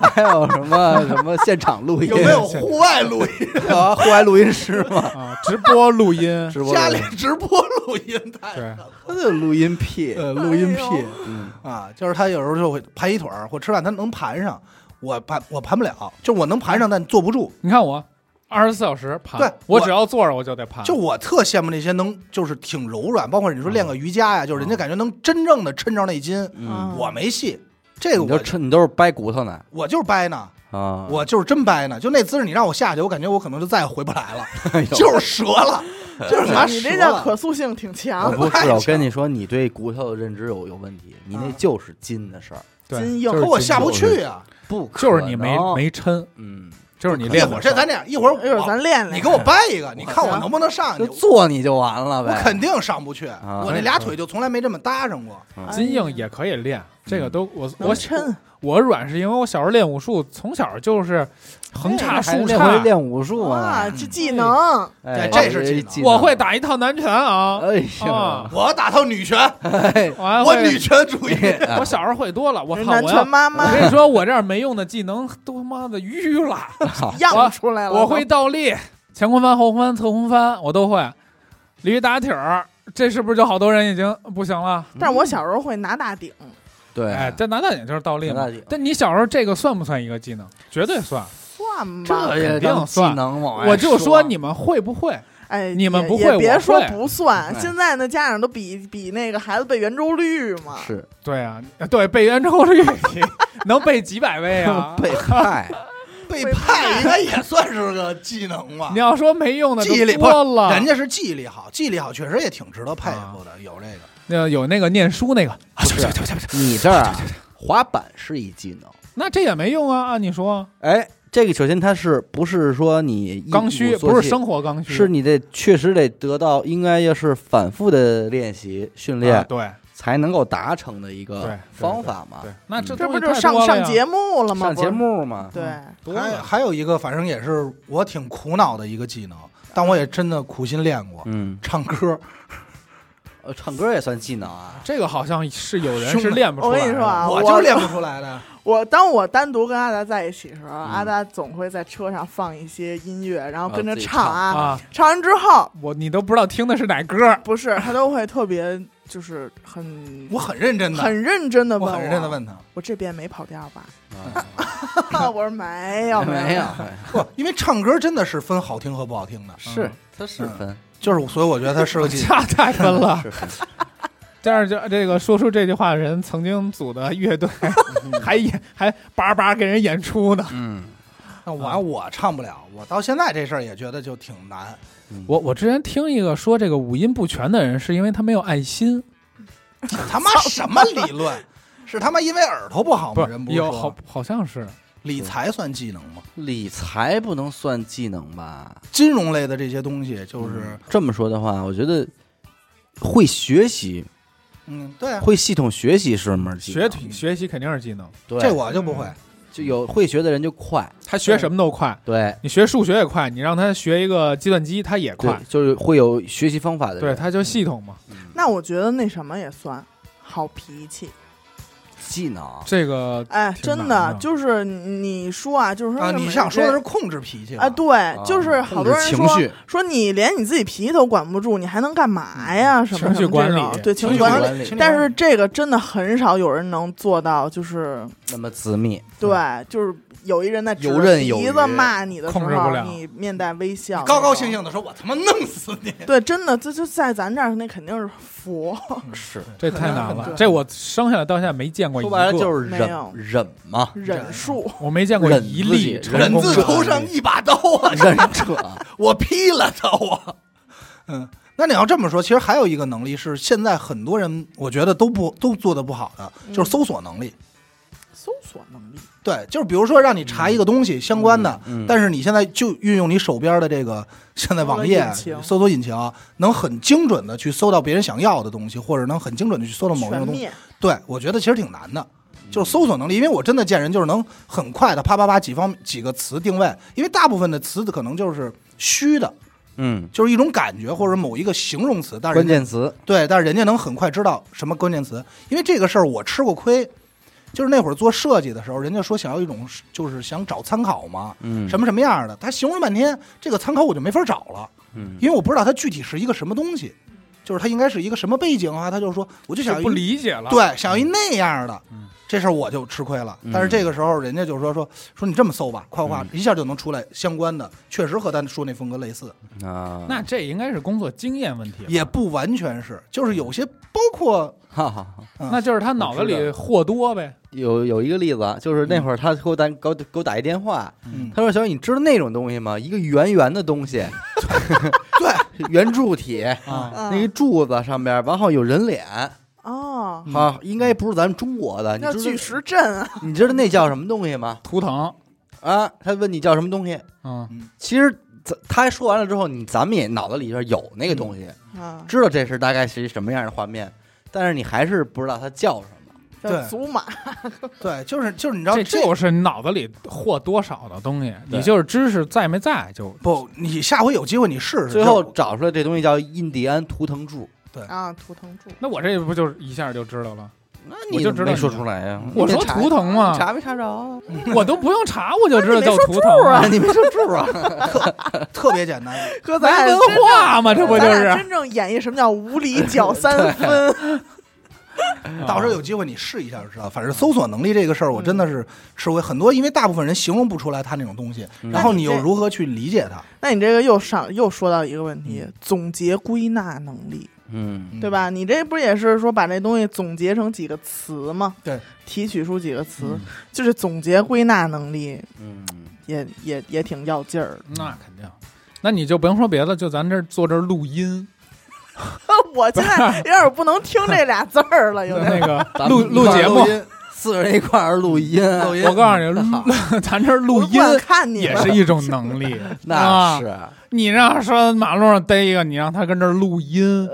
A: 还有什么什么现场录音，
B: 有没有户外录音？
A: 有啊户外录音师 吗？
D: 啊，直播录音，
A: 直播
B: 家
A: 录
B: 里
A: 音
B: 直播录音太
D: 对
A: 他就录音癖，
B: 呃，录音
C: 哎
B: 癖
C: 呦
A: 嗯，
B: 啊，就是他有时候就会盘一腿儿或吃饭，他能盘上，我盘我盘不了，就我能盘上，但坐不住。
D: 你看我二十四小时盘，
B: 对
D: 我
B: 我
D: 只要坐着我就得盘，
B: 就我特羡慕那些能就是挺柔软，包括你说练个瑜伽
D: 嗯
B: 呀，就是人家感觉能真正的抻着那筋，
A: 嗯，
B: 我没戏。这个
A: 你就
B: 我
A: 吃，你都是掰骨头呢
B: 我就是掰呢，
D: 嗯
A: 啊，
B: 我就是真掰呢。就那姿势，你让我下去，我感觉我可能就再也回不 来了，
A: 哎呦
B: 就是折了，就是拿
C: 哎你
B: 折
C: 这叫
B: 了。
C: 可塑性挺
A: 啊
C: 强，
A: 不
B: 太
A: 是，我
B: 强
A: 跟你说，你对骨头的认知有有问题，你那
B: 啊
A: 就是筋的事儿，
D: 对
C: 金硬
D: 就
B: 可
D: 是
B: 我
D: 筋
B: 下不
D: 肉
B: 去呀、
A: 不可
D: 就是你没
A: 能
D: 没抻，
A: 嗯，
D: 就是你
B: 一
D: 练
B: 会儿这咱这样，一会儿
C: 一会儿
B: 我
C: 哎咱练练。
B: 你给我掰一个，你看我
C: 行
B: 能不能上去
A: 就。做你就完了
B: 我
A: 呗，
B: 肯定上不去，
A: 啊
B: 我那俩腿就从来没这么搭上过。
A: 哎
D: 筋硬也可以练，这个都我
C: 能
D: 我
C: 抻，
D: 我软是因为我小时候练武术，从小就是横
A: 还
D: 叉竖
A: 那回
D: 叉，
A: 练武术
C: 哇，
A: 啊，
C: 这技能，
A: 哎
B: 这是技能
A: 技
D: 我会，打一套南拳啊，
A: 哎呀
D: 啊，
B: 我要打套女拳，
A: 哎
D: 我还
B: 我
D: 会
B: 女权主义。
D: 我小时候会多了，我
C: 人
D: 操，
C: 南
D: 我
C: 拳
D: 要
C: 妈
D: 我
C: 妈
D: 跟你说，我这儿没用的技能都他妈的淤了，
C: 样出来了。
D: 我会倒立，前空翻、后空翻、侧空翻我都会，鲤鱼打挺儿。这是不是就好多人已经不行了？
C: 但是我小时候会拿大顶，
A: 对，
D: 哎，这南大顶就是倒立
A: 拿
D: 嘛
A: 大顶。
D: 但你小时候这个算不算一个技能？绝对算。
C: 算吧
A: 哎这。也当技能往外
D: 我就
A: 说
D: 说你们会不会？
C: 哎，
D: 你们
C: 也
D: 不
C: 也
D: 会
C: 别
D: 我
C: 说
D: 会
C: 不算
A: 哎。
C: 现在那家长都比比那个孩子背圆周率嘛，
A: 是？
D: 对啊，对，背圆周率 能背几百位啊
A: 被害，
B: 背
C: 背
B: 叛
C: 叛
B: 应该也算是个技能吧
D: 你？要说没用的
B: 记忆力
D: 就
B: 不
D: 多了。
B: 是，人家是记忆力好，记忆力好确实也挺值得佩服的。有这个，
D: 那有那个念书那个，
A: 不是你这儿啊，滑板是一技能，
D: 那这也没用啊。按你说，
A: 哎，这个首先它是不是说你一
D: 刚需
A: 鼓作
D: 不是
A: 气
D: 生活刚需，啊
A: 是你得确实得得到，应该要是反复的练习训练、
D: 啊对
A: 才能够达成的一
D: 对对
A: 个方法嘛。
D: 对，那这
C: 这
D: 东西
C: 不就
D: 太
C: 上
D: 多了
C: 上
D: 呀
C: 节哎目了吗？
A: 上
C: 不
A: 节
C: 是
A: 目嘛，
C: 对，
D: 多
B: 还
D: 了
B: 还有一个，反正也是我挺苦恼的一个技能，但我也真的苦心练过。
A: 嗯，
B: 唱歌，
A: 呃，唱歌也算技能 啊。这
D: 这个好像是有人
B: 凶
D: 是
B: 的
D: 练不出
C: 我
D: 来的。
C: 跟你说啊，
B: 我就练不出来的。
C: 我当我单独跟阿达在一起的时候，
D: 嗯
C: 阿达总会在车上放一些音乐，然后跟着
A: 啊自己
C: 啊，
D: 啊，
C: 唱完之后
D: 我你都不知道听的是哪歌儿，
C: 不是他都会特别就是很
B: 我很认真的，
C: 很认真的
B: 我
C: 问
B: 很认真的问他，
C: 我这边没跑调 吧？
A: 啊
C: 我说没有
A: 没有
C: 有，，嗯
B: 不，因为唱歌真的是分好听和不好听的，嗯
A: 是它是分，
B: 就是所以我觉得它是个技能。
D: 那 太分 了。
A: 是分
D: 但是这这个说出这句话的人，曾经组的乐队还演还叭叭给人演出呢。
A: 嗯，
B: 那我
D: 啊
B: 我唱不了，我到现在这事儿也觉得就挺难。
D: 我我之前听一个说这个五音不全的人，是因为他没有爱心，
B: 他妈什么理论？是他妈因为耳朵不好吗？哦人不是
D: 有
B: 说
D: 好好像是
B: 理财算技能吗？
A: 理财不能算技能吧？
B: 金融类的这些东西，就是
A: 这么说的话，我觉得会学习、
B: 嗯，对啊，
A: 会系统学习是门技能
D: 学。体学习肯定是技能，
A: 对，嗯
B: 这我就不会。
A: 就有会学的人就快，
D: 他学什么都快。
A: 对
D: 你学数学也快，你让他学一个计算机，他也
A: 对
D: 快，，
A: 就是会有学习方法的
D: 对，
A: 人。嗯
D: 他就系统嘛。
C: 那我觉得那什么也算好脾气。
A: 技能，
D: 这个
C: 哎，
D: 挺
C: 真
D: 难
C: 的
D: 的
C: 就是你说啊，就是说
B: 啊，
C: 是
B: 你
C: 每
B: 想说的
C: 人
B: 是控制脾气吧
C: 啊，，对，就是
A: 啊
C: 好多人
A: 控制情
C: 说
A: 绪
C: 说你连你自己脾气都管不住，你还能干嘛呀？什么什么
D: 嗯情绪管
C: 这
D: 理
C: 种对
A: 情
C: 情绪
A: 绪
C: 管
A: 管
C: 理。
A: 理
B: 情绪
C: 但
B: 管
C: 是
B: 理
C: 这个真的很少有人能做到，
D: 嗯
C: 就是
A: 那么私密，
C: 对，就是有一人在指
A: 游
C: 着
A: 刃有
C: 鼻
A: 余
C: 子骂你的时
D: 控制不
C: 候，
D: 了
C: 你面带微笑，
B: 高高兴。兴的说：“我他妈弄死你
C: 对，真的，这就在咱这儿，那肯定是佛。
A: 嗯是
D: 这太难
B: 很
D: 了
B: 难，
D: 这我生下来到现在没见过一
A: 说
D: 个，
A: 白了就是
C: 没
A: 忍
C: 有，
A: 忍嘛
C: 忍术，
D: 我没见过
A: 忍
D: 一
A: 自己
D: 例成
B: 忍
D: 功
B: 字
D: 的
B: 头上一把刀啊！
A: 忍者。
B: 我劈了他！我，嗯。”那你要这么说，其实还有一个能力是现在很多人我觉得都不都做的不好的，
C: 嗯
B: 就是搜索能力。
C: 搜索能力，
B: 对，就是比如说让你查一个东西相关的，
A: 嗯嗯
B: 但是你现在就运用你手边的这个现在网页
C: 搜索引擎
B: 搜索引擎啊，能很精准的去搜到别人想要的东西，或者能很精准的去搜到某一个
C: 全
B: 东西。
C: 面。
B: 对，我觉得其实挺难的。就是搜索能力。因为我真的见人就是能很快的啪啪啪几方几个词定位，因为大部分的词可能就是虚的，
A: 嗯，
B: 就是一种感觉或者某一个形容词，但是
A: 关
B: 人家
A: 键词，
B: 对，但是人家能很快知道什么关键词，因为这个事儿我吃过亏。就是那会儿做设计的时候，人家说想要一种，就是想找参考嘛，
A: 嗯，
B: 什么什么样的，他形容半天，这个参考我就没法找了，
A: 嗯，
B: 因为我不知道它具体是一个什么东西，就是它应该是一个什么背景啊，他就说我就
D: 就
B: 想
D: 不
B: 一
D: 理解了。，
B: 对，想要一那样的
D: 嗯，
B: 这事儿我就吃亏了
A: 嗯。
B: 但是这个时候人家就说说说你这么搜吧，夸夸
A: 嗯
B: 一下就能出来相关的，确实和咱说那风格类似，
A: 啊，
D: 那这应该是工作经验问题吧，
B: 也不完全是，就是有些包括
A: 哈哈哈。
D: 那就是他脑子里货多呗。
A: 有有一个例子啊，就是那会儿他给我打给我给我打一电话，
B: 嗯
A: 他说：“小雨，你知道那种东西吗？一个圆圆的东西，
B: 对
A: 圆柱体，
D: 啊，
C: 嗯
A: 那一柱子上边，然后有人脸，
C: 哦，
B: 嗯
A: 啊，应该不是咱们中国的。你
C: 那
A: 知
C: 巨
A: 道
C: 石 阵啊，
A: 你知道那叫什么东西吗？
D: 图腾，
A: 啊，他问你叫什么东西，
D: 嗯，
A: 其实咱他说完了之后，你咱们也脑子里边有那个东西，
B: 嗯
C: 啊，
A: 知道这是大概是一什么样的画面，但是你还是不知道它叫什么。
C: 叫
B: 对
C: 祖玛，
B: 对，就是就是你知道
D: 这就是你脑子里货多少的东西，你就是知识在没在就
B: 不，你下回有机会你试试。
A: 最后
B: 就是
A: 找出来这东西叫印第安图腾柱，
C: 啊，图腾 柱，
D: 那我这不就是一下就知道了？
A: 那
D: 我
A: 你
D: 就
A: 怎
D: 知
A: 么没
D: 道你
A: 说出来呀、你
D: 我
A: 得
D: 说
A: 查
D: 图腾
A: 你
D: 嘛，
A: 查没查着啊？
D: 我都不用查，我就知道叫图腾
A: 啊，。你没说柱啊？
B: 特别简单，
C: 哥，
D: 没
C: 咱俩
D: 文
C: 哎真正
D: 化嘛，这不就
C: 咱
D: 是
C: 俩？
D: 啊
C: 真正演绎什么叫无 理搅三分？
B: 到时候有机会你试一下就知道。反正搜索能力这个事儿，我真的是吃亏很多，因为大部分人形容不出来他那种东西，
A: 嗯
B: 然后你
C: 那
B: 又
C: 你这
B: 如何去理解它，
C: 那你这个又上又说到一个问
D: 嗯
C: 题，总结归纳能力，
A: 嗯，
B: 嗯
C: 对？吧？你这不也是说把这东西总结成几个词吗？
B: 对，
C: 提取出几个词
D: 嗯，
C: 就是总结归纳能力
A: 嗯，
C: 也也也挺要劲 儿的。
D: 那肯定。那你就甭说别的，就咱这儿坐这儿录音，
C: 我现在有点不能听这俩字儿了，有点
D: 那个
A: 咱们
D: 录录节目。
A: 音，四人一块儿录音，
B: 录音
D: 我告诉你录， 咱这儿 录
C: 我不
D: 音
C: 敢看你
D: 也
C: 们
D: 是一种能力。
A: 那
D: 啊
A: 是
D: 你让说马路上逮一个，你让他跟这儿录音，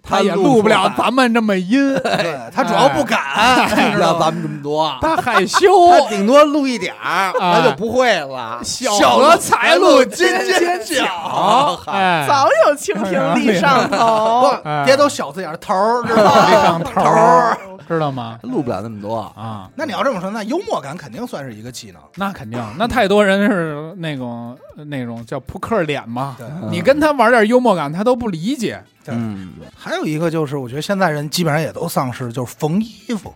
D: 他也
A: 录
D: 录不
A: 出
D: 了
A: 来
D: 咱们这么音，
B: 对，
A: 嗯
B: 他主要不敢，
A: 不
B: 你知
A: 了
B: 道吧？
A: 哎咱们这么多，
D: 他害羞。
A: 他顶多录一点儿，他就不会了。
D: 小
A: 额
D: 额
A: 财
D: 财
A: 路
D: 路
A: 金
D: 金
A: 尖角，
D: 哎，
C: 早有蜻蜓立上头。
D: 哎
B: 不，别都小字眼儿头儿，知道
D: 立
B: 吧？
D: 上头儿，知道吗？
A: 录不了那么多。
D: 啊，
B: 那你要这么说，那幽默感肯定算是一个技能。
D: 那肯定，那太多人是那种那种叫扑克脸嘛。
B: 对，
D: 你跟他玩点幽默感，他都不理解。
B: 对
A: 嗯，
B: 还有一个就是，我觉得现在人基本上也都丧失，就是缝衣服。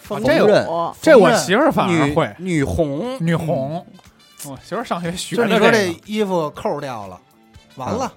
C: 缝
A: 这个
C: 补
D: 这我媳妇儿反而
A: 女
D: 会，
A: 女红，
D: 女红，我媳妇儿上学学
B: 就是
D: 的
B: 你说
D: 这
B: 这
D: 个
B: 衣服扣掉了，完了，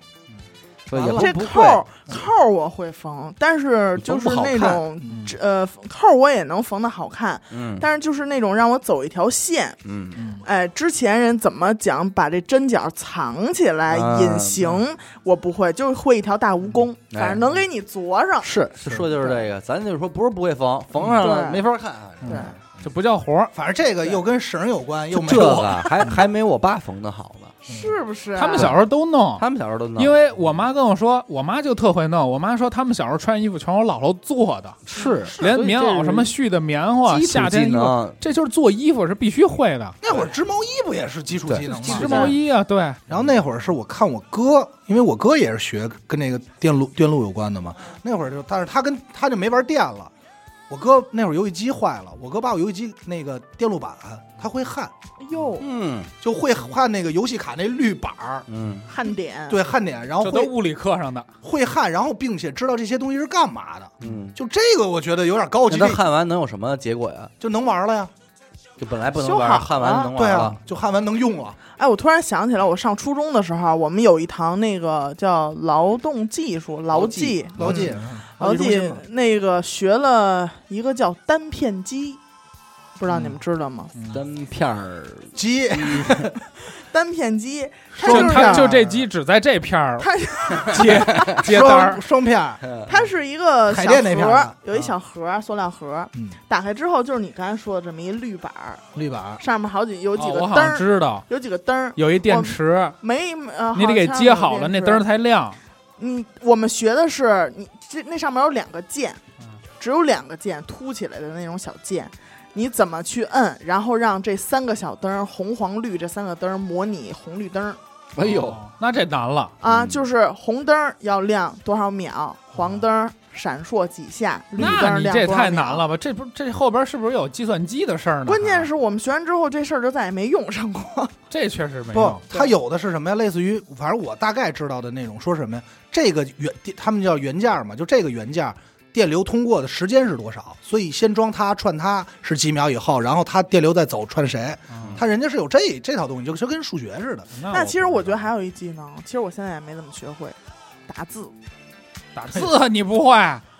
A: 说以后
C: 这
A: 不
C: 扣
A: 会
C: 儿扣儿我会缝，但是就是那种
B: 嗯
C: 呃扣儿我也能缝的好看，
A: 嗯
C: 但是就是那种让我走一条线。
A: 嗯
C: 哎，之前人怎么讲把这针脚藏起来
A: 啊
C: 隐形，我不会，就是会一条大蜈蚣，
A: 哎
C: 反正能给你啄上。
A: 是说就是这个，咱就是说不是不会缝，缝上了
C: 对嗯
A: 没法看。
C: 对，
D: 这不叫活儿。
B: 反正这个又跟绳儿有关，又
A: 就
B: 没
A: 这
B: 有
A: 个还还没我爸缝的好呢。
C: 是不是啊？
D: 他们小时候都弄，
A: 他们小时候都弄，
D: 因为我妈跟我说，我妈就特会弄。我妈说他们小时候穿衣服全我姥姥做的，
A: 是
D: 连棉袄什么絮的棉花，
A: 基础
D: 夏
A: 技
D: 天衣服，
A: 能，
D: 这就是做衣服是必须会的。
B: 那会儿织毛衣不也是基础技能
A: 对
D: 织
A: 是
B: 吗？
D: 毛衣啊，对，
B: 然后那会儿是我看我哥，因为我哥也是学跟那个电路电路有关的嘛。那会儿就，但是他跟他就没玩电了。我哥那会儿游戏机坏了，我哥把我游戏机那个电路板，他会焊，
C: 哟
A: 嗯
B: 就会焊那个游戏卡那绿板儿，
A: 嗯
C: 焊点，
B: 对，焊点，然后
D: 这都
B: 哦会
D: 物理课上的。
B: 会焊，然后并且知道这些东西是干嘛的。
A: 嗯。
B: 就这个我觉得有点高级
A: 那，他焊完能有什么结果呀？
B: 就能玩了呀。
A: 就本来不能
C: 修
A: 玩，
C: 好
A: 焊完
C: 了
A: 能
B: 对
A: 玩
B: 啊
A: 了。，
B: 就焊完能用了。
C: 哎，我突然想起来，我上初中的时候，啊我们有一堂那个叫劳动技术，劳技，
B: 牢记，
C: 劳
B: 记
C: 技那个学了一个叫单片机，不知道你们知道吗？
B: 嗯
A: 单片儿
B: 机，
C: 单片机，它
B: 说
C: 就
D: 就是他就这机只在这片儿
C: 它
D: 接 接单
B: 双
D: 儿，嗯
B: 双片儿，
C: 它是一个
B: 海
C: 小
B: 淀那片
C: 盒
B: 儿
C: 儿
B: 的，
C: 有一小盒儿，塑料盒儿，
B: 嗯，
C: 打开之后就是你刚才说的这么一绿板儿，
B: 绿板儿，
C: 上面好几有几
D: 哦
C: 个
D: 我好
C: 灯
D: 像
C: 儿，
D: 知道
C: 有几个灯儿，
D: 有一电池，
C: 没呃，
D: 你得给
C: 像
D: 接
C: 有
D: 好了，
C: 电
D: 那
C: 池
D: 灯儿才亮。
C: 你我们学的是你这那上面有两个键
D: 嗯，
C: 只有两个键凸起来的那种小键，你怎么去摁，然后让这三个小灯儿红、黄、绿这三个灯儿模拟红绿灯儿
A: 哎呦，
D: 哦，那这难了，
C: 啊，
A: 嗯
C: 就是红灯儿要亮多少秒，黄灯儿闪烁几下，绿灯
D: 嗯那
C: 儿
D: 你
C: 亮
D: 这
C: 多少秒。啊
D: 太难了吧？这不这后边是不是有计算机的事儿呢？
C: 关键
D: 是
C: 是我们学完之后，这事儿就再也没用上过。
D: 这确实没
B: 不
D: 用，，
B: 它有的是什么呀？类似于，反正我大概知道的那种，说什么呀？这个原他们叫原件嘛，就这个原件电流通过的时间是多少？所以先装它串它是几秒以后，然后它电流再走串谁？
D: 嗯
B: 它人家是有这这套东西，就就跟数学似的。
C: 那其实我觉得还
D: 有
C: 有一技能，其实我现在也没怎么学会，打字。
D: 打字你不 会，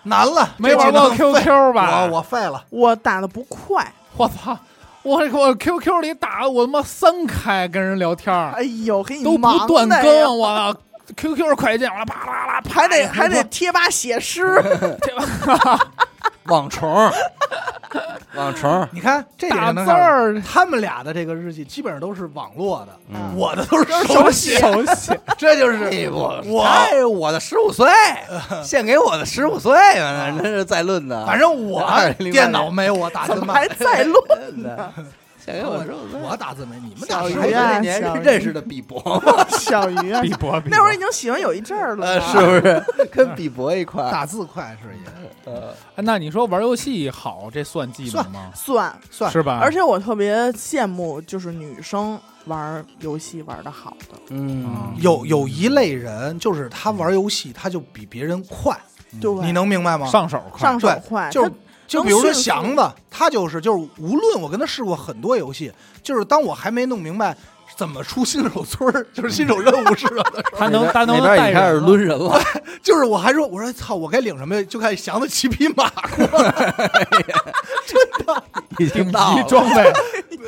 B: 难了，
D: 没玩过 QQ 吧？
B: 我我废了。
C: 我打的不快，
D: 我操！我我 QQ 里打我他妈三开跟人聊天儿，
C: 哎呦，给你
D: 啊都
C: 忙
D: 不断
C: 的呀
D: 更，我 QQ 快捷键，我啪啦啦，啪
C: 还得还得贴吧写诗，
A: 网虫， 网虫，
B: 你看这点
D: 打
B: 就能
D: 字
B: 看出来，
D: 儿，
B: 他们俩的这个日记基本上都是网络的，
A: 嗯
B: 我的都是
D: 手
B: 手
D: 写
B: 写，
D: 手写，
B: 这就是
A: 哎我
B: 我
A: 太我的十五 岁，献给我的十五岁吧，那是再论的。
B: 反正我
A: 2008
B: 电脑没有我打字
C: 怎么
B: 慢
C: 还，在录？
A: 献给我的十五岁，
B: 我打字没，你们打
C: 小
B: 字
A: 十
C: 鱼
A: 五岁
B: 慢
C: 啊
A: 那年
C: 小
A: 是
C: 鱼
A: 认识的比伯嘛，
C: 小鱼 啊
D: 比，伯比
C: 那会儿已经喜欢有一阵儿了
A: 呃，
C: 吧，
A: 是不是跟比伯一 块儿？
B: 打字快是也
A: 呃，
D: 哎那你说玩游戏好，这算技能吗？
C: 算。
B: 算
D: 是吧？
C: 而且我特别羡慕，就是女生玩游戏玩的好的，
A: 嗯
B: 有有一类人，就是他玩游戏他就比别人快，
C: 对，
B: 你能明白吗？
D: 上手快，
C: 上手快，
B: 就是
C: 她
B: 就比如说
C: 能迅速
B: 祥子，他就是就是无论我跟他试过很多游戏，就是当我还没弄明白怎么出新手村儿，就是新手任务似的，
D: 他能他能
A: 那边
D: 带
A: 已经开始
D: 人了
A: 抡人了，
B: 就是我还说我说操，我该领什么呀？就看祥子骑匹马过
A: 已
D: 顶
A: 经到
D: 级
A: 了
D: 装备，
B: 来，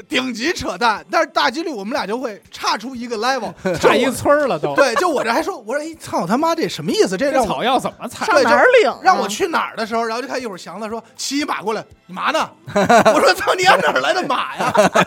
B: 顶级扯淡。但是大几率我们俩就会差出一个 level，
D: 差一
B: 就我
D: 村儿了都。
B: 对，就我这还说，我说哎操他妈这什么意思？这
D: 这
B: 让
D: 草
B: 我
D: 药怎么采？
C: 上哪儿领啊？
B: 让我去哪儿的时候，然后就看一会儿祥子说骑马过来，你嘛呢？ 我说操，你按哪儿来的马 呀？对，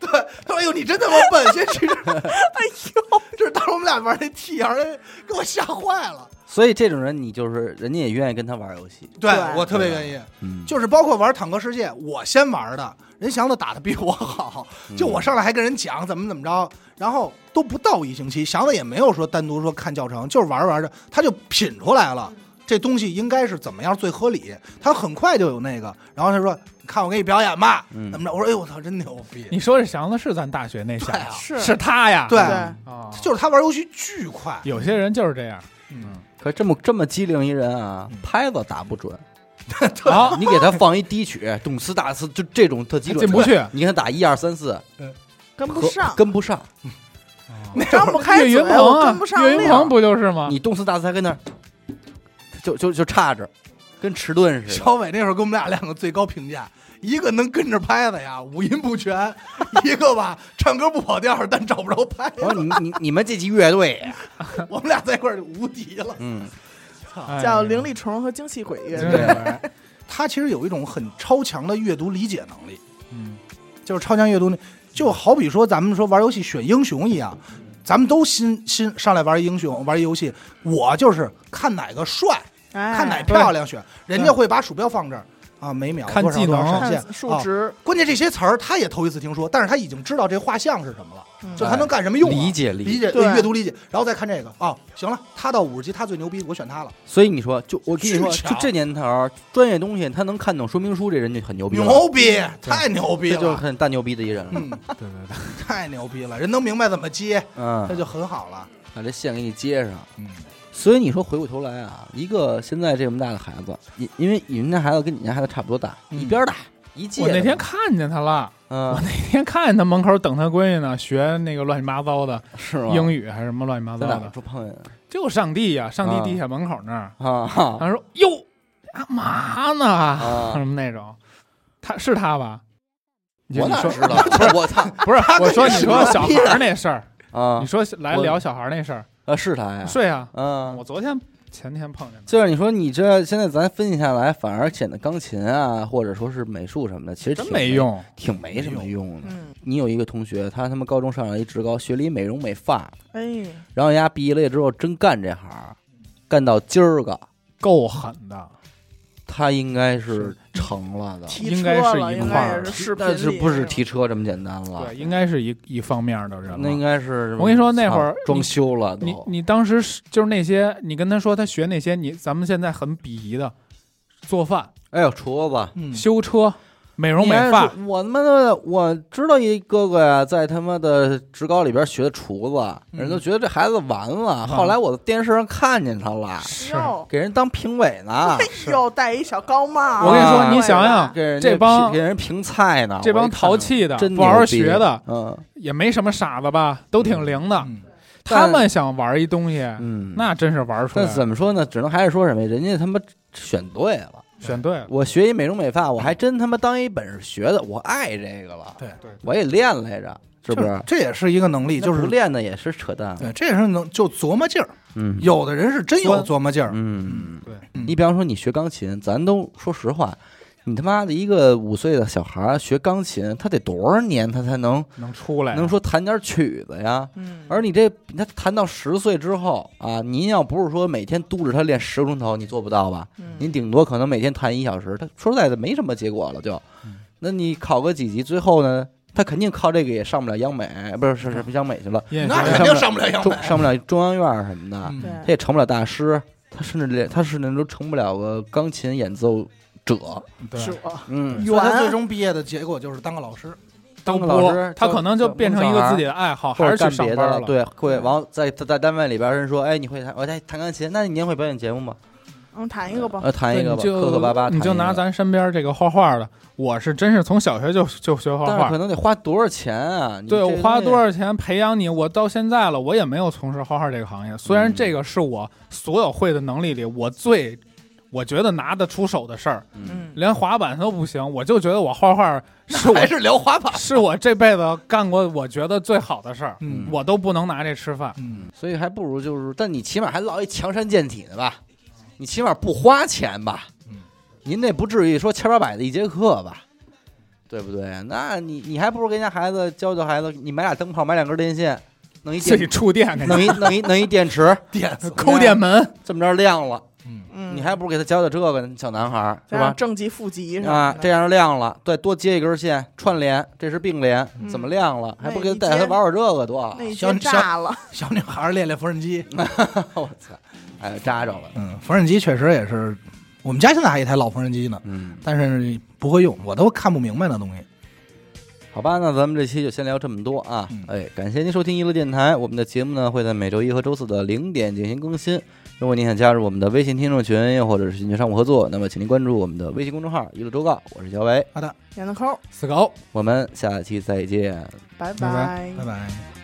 B: 他说哎呦你真他妈笨，先去这儿。哎呦， 就是当时我们俩玩那 T R A，给我吓坏了。
A: 所以这种人，你就是人家也愿意跟他玩游戏。
B: 对
C: 对
B: 我特别愿意，
A: 嗯，
B: 就是包括玩坦克世界，我先玩的，人祥子打的比我好，就我上来还跟人讲怎么怎么着，然后都不到一星期，祥子也没有说单独说看教程，就是玩着玩着他就品出来了。这东西应该是怎么样最合理？他很快就有那个，然后他说：“看我给你表演吧，
A: 嗯
B: 怎么着？”我说：“哎呦，我操，真牛逼
D: 你说这祥子是咱大学那祥
B: 对啊
D: 子，
C: 是
D: 是他呀？
B: 对
C: 对，
D: 啊！！”
B: 就是他玩游戏巨快，
D: 有些人就是这样。
B: 嗯，
A: 可这么这么机灵一人啊
B: 嗯，
A: 拍子打不准。
D: 啊，
A: 你给他放一低曲，懂词大词，就这种特基
D: 他
A: 准
D: 进不。去，
A: 你看他打一二三四，
C: 跟不
A: 和
C: 上，
A: 跟不上。
C: 张不开
D: 岳
C: 嘴，
D: 云
C: 我
D: 鹏
C: 跟
D: 啊
C: 不，上
D: 岳云鹏
C: 溜。
D: 不就是
B: 啊
D: 吗？
A: 你动词大词还跟那儿，就就就差着，跟迟钝 似的。
B: 小伟那会儿给我们俩两个最高评价，一个能跟着拍子呀，五音不全； 一个吧，唱歌不跑调，但找不着拍子。
A: 我说你你你们这级乐队呀，
B: 我们俩在一块儿就无敌了。
A: 嗯，
D: 哎呀嗯
C: 叫灵力虫和精气鬼乐
D: 真
C: 队，
D: 是
B: 他其实有一种很超强的阅读理解能力，
D: 嗯
B: 就是超强阅读能力，就好比说咱们说玩游戏选英雄一样，咱们都新新上来玩英雄玩游戏，我就是看哪个帅，
C: 哎，
B: 看哪漂亮选，人家会把鼠标放这儿啊，每秒
D: 看
B: 多少
D: 技
B: 多少
D: 能
B: 闪现
C: 看数
B: 啊
C: 值，
B: 关键这些词儿他也头一次听说，但是他已经知道这画像是什么了，
C: 嗯
B: 就他能干什么用啊、
A: 理解
B: 理
A: 力。
B: 解
C: 对
B: 阅读理解，然后再看这个哦，行了，他到五十级，他最牛逼，我选他了，
A: 所以你说，就我跟你说，
B: 巨
A: 就
B: 强
A: 这年头儿，专业东西他能看懂说明书，这人就很牛逼了，
B: 牛逼，太牛逼
A: 这就是
B: 了，
A: 很大牛逼的一人了。
B: 嗯，
D: 对对对，
B: 太牛逼了，人能明白怎么接，
A: 嗯
B: 那，就很好了，
A: 把这线给你接上。
B: 嗯，
A: 所以你说回过头来啊，一个现在这么大的孩子，因因为你们家孩子跟你家孩子差不多大，
B: 嗯
A: 一边大一届
D: 我
A: 的。
D: 那天看见他了，
A: 嗯
D: 我，那天看见他门口等他闺女呢，学那个乱七八糟的
A: 是吗？
D: 英语还是什么乱七八糟
A: 在哪儿
D: 的，
A: 住碰见的
D: 就上帝呀，上
A: 啊
D: 帝地下门口那儿，
A: 啊哈
D: 他说哟，干嘛呢？
A: 啊
D: 什！么那种，他是他吧？你
A: 我
D: 你
A: 哪
D: 说
A: 知道？ 我操
D: 不是，我说你说
A: 什
D: 小
A: 么
D: 孩儿那事儿，
A: 啊
D: 你！说来
A: 我
D: 聊小孩儿那事儿，
A: 啊，是他呀，
D: 是呀，
A: 嗯
D: 我，昨天前天碰见的，
A: 就是你说你这现在咱分析下来，反而显得钢琴啊，或者说是美术什么的，其实
D: 真
A: 挺
D: 没，用，
A: 挺没什么用的。
C: 嗯，
A: 你有一个同学，他他妈高中上了一职高，学了一美容美发，
C: 哎，
A: 然后人家毕业了之后真干这行，干到今儿个，
D: 够狠的。
A: 他应该是
D: 是
A: 成了的，
C: 提
D: 应
C: 车
D: 该是
C: 了，
D: 一
C: 应
D: 块
C: 该
D: 儿
C: 也是视频
A: 但
C: 里
A: 是不是
C: 那种
A: 提车这么简单了
D: 对，？应该是一一方面的人
A: 那应
D: 了。
A: 该是
D: 我跟你说那会儿
A: 操装修了
D: 你
A: 都，
D: 你当时是就是那些，你跟他说他学那些，你咱们现在很鄙夷的，做饭、
A: 哎呦，厨子。
B: 嗯，
D: 修车、美容美
A: 你还
D: 发
A: 是，我他妈的，我知道一哥哥呀，在他妈的职高里边学的厨子，
B: 嗯
A: 人都觉得这孩子完
D: 嗯
A: 了。后来我在电视上看见他了，
D: 是
C: 哟，
A: 给人当评委 呢，
C: 又戴一小高帽。
A: 我跟你说
D: 你想想
A: 给人
D: 这帮
A: 给人评菜呢，
D: 这帮淘
A: 啊我
D: 气的
A: 一看，真
D: 不好好
A: 牛逼
D: 学的，，
A: 嗯
D: 也没什么傻子吧，都挺灵的。
B: 嗯
D: 他
A: 但
D: 们想玩一东西，
A: 嗯，
D: 那真是玩出来
A: 但
D: 了，
A: 怎么说呢？只能还是说什么呀，人家他妈选对了。
D: 选对了。
A: 我学一美容美发，我还真他妈当一本事学的，我爱这个了，
B: 对
D: 对
A: 我也练来着，是不？
B: 就是这也是一个能力，就
A: 那
B: 是
A: 不练的也是扯淡，
B: 对，这也是能就琢磨劲儿。
A: 嗯，
B: 有的人是真有琢磨劲儿，
A: 嗯，
D: 对
B: 嗯
A: 你比方说你学钢琴，咱都说实话，你他妈的一个五岁的小孩儿学钢琴，他得多少年他才能
D: 能出
B: 啊
D: 来，
A: 能说弹点曲子呀？
C: 嗯，
A: 而你这他弹到十岁之后啊，您要不是说每天督着他练十个钟头，你做不到吧？
C: 嗯
A: 您顶多可能每天弹一小时，他说实在的没什么结果了就。
D: 嗯
A: 那你考个几级，最后呢，他肯定靠这个也上不了央美，不是是是
D: 嗯
A: 央美去了，
D: 音乐
B: 那
D: 学
B: 肯
D: 院
B: 定上不了央
A: 中
B: 美。
A: 上不了中央院儿什么的。
B: 嗯
C: 对
A: 他也成不了大师，他甚至连他甚至都成不了个钢琴演奏者。
D: 对
C: 是我
A: 嗯，
B: 所以他
C: 圆
B: 最终毕业的结果就是当个老师，
A: 当个
D: 都
A: 老
D: 播
A: 师
D: 他
A: 当
D: 可能就
A: 当
D: 变成
A: 小
D: 一个
A: 孩
D: 自
A: 儿
D: 己的爱好，还
A: 或者
D: 是
A: 干
D: 去上
A: 别
D: 班
A: 的
D: 了。嗯
A: 对，会往在在在单位里边儿人说，哎，你会弹，我在弹钢琴，那你您会表演节目吗？
C: 嗯，谈一个吧。
A: 呃，弹一
D: 对
A: 个
D: 你
A: 吧，
D: 就
A: 磕磕巴巴。
D: 你就
A: 弹一个
D: 拿，咱身边这个画画的，我是真是从小学就 就学画
A: 但是
D: 画
A: 可，能得花多少钱啊？你
D: 对
A: 这
D: 我花
A: 东西
D: 多？少钱培养你，我到现在了，我也没有从事画画这个行业。虽然
A: 嗯
D: 这个是我所有会的能力里我最我觉得拿得出手的事儿，
A: 嗯，
C: 嗯，
D: 连滑板都不行，我就觉得我画画是我
B: 还是聊滑板？
D: 是我这辈子干过我觉得最好的事儿，
A: 嗯
D: 我都不能拿这吃饭。
B: 嗯，
A: 所以还不如就是，但你起码还落一强身健体的吧，你起码不花钱吧
B: 嗯，
A: 您那不至于说千八百的一节课吧，对不对？那你你还不如给人家孩子教教孩子，你买俩灯泡，买两根电线，弄一
D: 自
A: 电
D: 己触电，感觉
A: 弄一弄一弄一电池，
B: 电子，
D: 抠电门，
A: 这么着亮了，
B: 嗯，
C: 嗯
A: 你还不如给他教教这个呢小男孩儿是
C: 加上
A: 吧？
C: 正极、负极什么
A: 啊，
C: 的
A: 这样亮了，再多接一根线串联，这是并联，
C: 嗯
A: 怎么亮了？还不给他
C: 那
A: 带
C: 一
A: 他
C: 天
A: 玩玩这个多好
C: 那？已
B: 小
C: 经炸了。
B: 小女孩练练缝纫机，
A: 我操，哎，扎着了，
B: 嗯，缝纫机确实也是，我们家现在还有一台老缝纫机呢，
A: 嗯。
B: 但是不会用，我都看不明白那东西。
A: 好吧，那咱们这期就先聊这么多啊！
B: 嗯
A: 哎，感谢您收听娱乐电台，我们的节目呢会在每周一和周四的零点进行更新。如果您想加入我们的微信听众群，又或者是寻求商务合作，那么请您关注我们的微信公众号“娱乐周告”，我是小伟，
B: 好的，
C: 闫德抠，
D: 死狗。
A: 我们下期再见。
C: 拜
D: 拜
B: 拜拜。